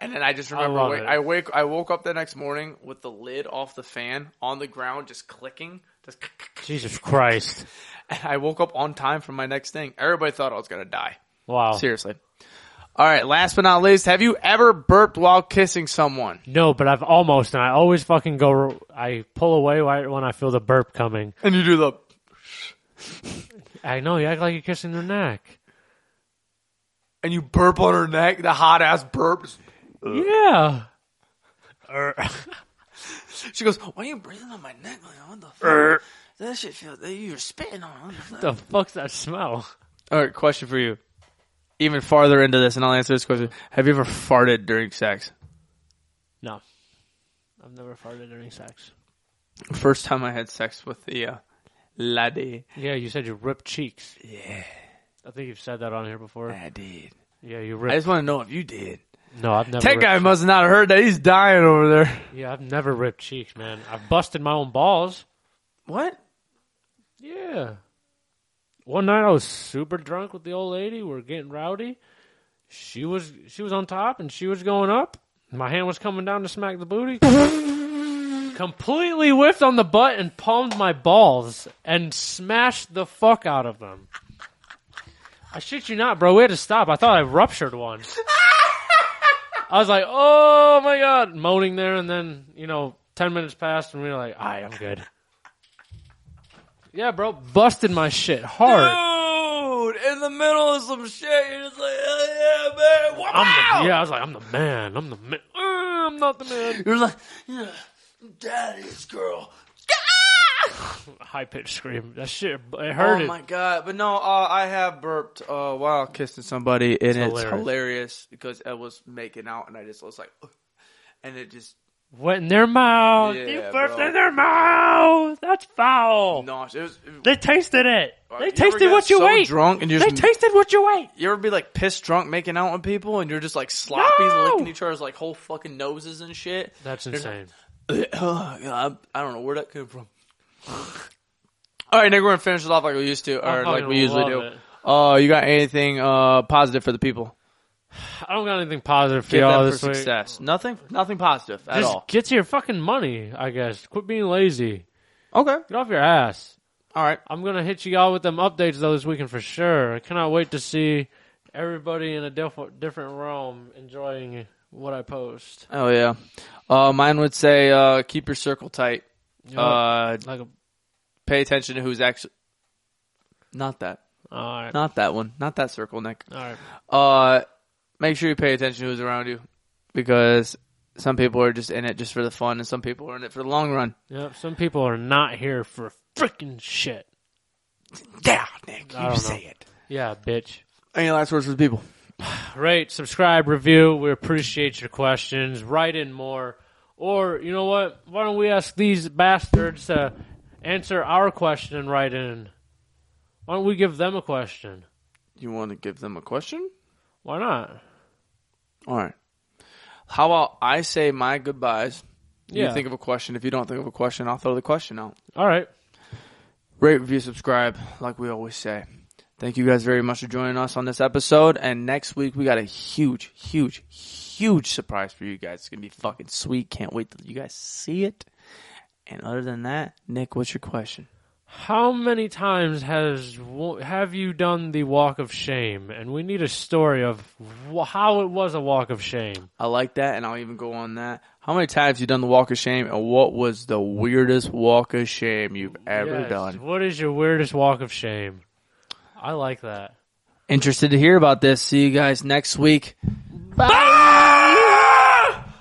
[SPEAKER 2] And then I just remember I,
[SPEAKER 1] love
[SPEAKER 2] wake,
[SPEAKER 1] it.
[SPEAKER 2] I wake I woke up the next morning with the lid off the fan on the ground just clicking. Just
[SPEAKER 1] Jesus Christ.
[SPEAKER 2] and I woke up on time for my next thing. Everybody thought I was gonna die.
[SPEAKER 1] Wow.
[SPEAKER 2] Seriously. All right, last but not least, have you ever burped while kissing someone?
[SPEAKER 1] No, but I've almost, and I always fucking go, I pull away right when I feel the burp coming.
[SPEAKER 2] And you do the
[SPEAKER 1] I know, you act like you're kissing their neck.
[SPEAKER 2] and you burp on her neck, the hot ass burps.
[SPEAKER 1] Yeah.
[SPEAKER 2] She goes, Why are you breathing on my neck? Like, what the
[SPEAKER 1] Er.
[SPEAKER 2] fuck? That shit feels you're spitting on.
[SPEAKER 1] the fuck's that smell?
[SPEAKER 2] All right, question for you. Even farther into this, and I'll answer this question. Have you ever farted during sex?
[SPEAKER 1] No. I've never farted during sex.
[SPEAKER 2] First time I had sex with the uh, laddie.
[SPEAKER 1] Yeah, you said you ripped cheeks.
[SPEAKER 2] Yeah,
[SPEAKER 1] I think you've said that on here before.
[SPEAKER 2] I did.
[SPEAKER 1] Yeah, you
[SPEAKER 2] I
[SPEAKER 1] ripped.
[SPEAKER 2] just want to know if you did.
[SPEAKER 1] No, I've never.
[SPEAKER 2] Tech
[SPEAKER 1] ripped,
[SPEAKER 2] guy must not have heard that. He's dying over there.
[SPEAKER 1] yeah, I've never ripped cheeks, man. I've busted my own balls.
[SPEAKER 2] What?
[SPEAKER 1] Yeah. One night I was super drunk with the old lady. We were getting rowdy. She was she was on top and she was going up. My hand was coming down to smack the booty. Completely whiffed on the butt and palmed my balls and smashed the fuck out of them. I shit you not, bro. We had to stop. I thought I ruptured one. I was like, oh my god, moaning there, and then you know, ten minutes passed, and we were like, all right, I'm good. Yeah, bro, busted my shit hard.
[SPEAKER 2] Dude, in the middle of some shit, you're just like, oh, yeah, man.
[SPEAKER 1] I'm
[SPEAKER 2] wow."
[SPEAKER 1] the, yeah, I was like, I'm the man. I'm the man. Uh, I'm not the man.
[SPEAKER 2] You're like, yeah, daddy's girl.
[SPEAKER 1] High pitched scream. That shit, it
[SPEAKER 2] Oh
[SPEAKER 1] hurt.
[SPEAKER 2] my god! But no, uh, I have burped uh, while kissing somebody, and it's, hilarious.
[SPEAKER 1] hilarious.
[SPEAKER 2] because I was making out, and I just was like, "Ugh," and it just
[SPEAKER 1] Went in their mouth.
[SPEAKER 2] Yeah,
[SPEAKER 1] you burped
[SPEAKER 2] bro.
[SPEAKER 1] in their mouth. That's foul.
[SPEAKER 2] nauseous. It was, it-
[SPEAKER 1] They tasted it. They
[SPEAKER 2] you ever
[SPEAKER 1] tasted
[SPEAKER 2] get
[SPEAKER 1] what you
[SPEAKER 2] so
[SPEAKER 1] ate.
[SPEAKER 2] Drunk and you
[SPEAKER 1] They
[SPEAKER 2] just
[SPEAKER 1] tasted what you ate.
[SPEAKER 2] You ever be like pissed drunk making out with people and you're just like sloppy
[SPEAKER 1] No!
[SPEAKER 2] licking each other's like whole fucking noses and shit?
[SPEAKER 1] That's
[SPEAKER 2] You're just
[SPEAKER 1] insane.
[SPEAKER 2] I, I don't know where that came from. All right, Nick, we're gonna finish this off like we used to,
[SPEAKER 1] I
[SPEAKER 2] or like
[SPEAKER 1] fucking
[SPEAKER 2] we usually
[SPEAKER 1] love
[SPEAKER 2] do.
[SPEAKER 1] it.
[SPEAKER 2] Uh, you got anything uh positive for the people?
[SPEAKER 1] I don't got anything positive for
[SPEAKER 2] Give
[SPEAKER 1] y'all
[SPEAKER 2] them for
[SPEAKER 1] this week.
[SPEAKER 2] success. Nothing. Nothing positive at
[SPEAKER 1] Just
[SPEAKER 2] all.
[SPEAKER 1] get to your fucking money, I guess. Quit being lazy.
[SPEAKER 2] Okay.
[SPEAKER 1] Get off your ass.
[SPEAKER 2] All right.
[SPEAKER 1] I'm gonna hit you all with them updates though this weekend for sure. I cannot wait to see everybody in a diff- different realm enjoying what I post.
[SPEAKER 2] Oh yeah. Uh, mine would say uh, keep your circle tight. Uh,
[SPEAKER 1] Like a
[SPEAKER 2] pay attention to who's actually. Not that.
[SPEAKER 1] all right,
[SPEAKER 2] Not that one. Not that circle, Nick.
[SPEAKER 1] all right.
[SPEAKER 2] Uh, make sure you pay attention to who's around you, because some people are just in it just for the fun, and some people are in it for the long run.
[SPEAKER 1] Yep. Some people are not here for freaking shit.
[SPEAKER 2] Yeah, Nick,
[SPEAKER 1] I don't know.
[SPEAKER 2] it.
[SPEAKER 1] Yeah, bitch.
[SPEAKER 2] Any last words for the people?
[SPEAKER 1] Rate, subscribe, review. We appreciate your questions. Write in more. Or, you know what? Why don't we ask these bastards to answer our question and write in? Why don't we give them a question?
[SPEAKER 2] You want to give them a question?
[SPEAKER 1] Why not?
[SPEAKER 2] All right. How about I say my goodbyes? You
[SPEAKER 1] Yeah.
[SPEAKER 2] think of a question. If you don't think of a question, I'll throw the question out.
[SPEAKER 1] All right.
[SPEAKER 2] Rate, review, subscribe, like we always say. Thank you guys very much for joining us on this episode. And next week, we got a huge, huge, huge surprise for you guys. It's going to be fucking sweet. Can't wait till you guys see it. And other than that, Nick, what's your question?
[SPEAKER 1] How many times has have you done the walk of shame? And we need a story of wh- how it was a walk of shame.
[SPEAKER 2] I like that, and I'll even go on that. How many times you done the walk of shame, and what was the weirdest walk of shame you've ever
[SPEAKER 1] Yes.
[SPEAKER 2] done?
[SPEAKER 1] What is your weirdest walk of shame? I like that.
[SPEAKER 2] interested to hear about this. See you guys next week. Bye.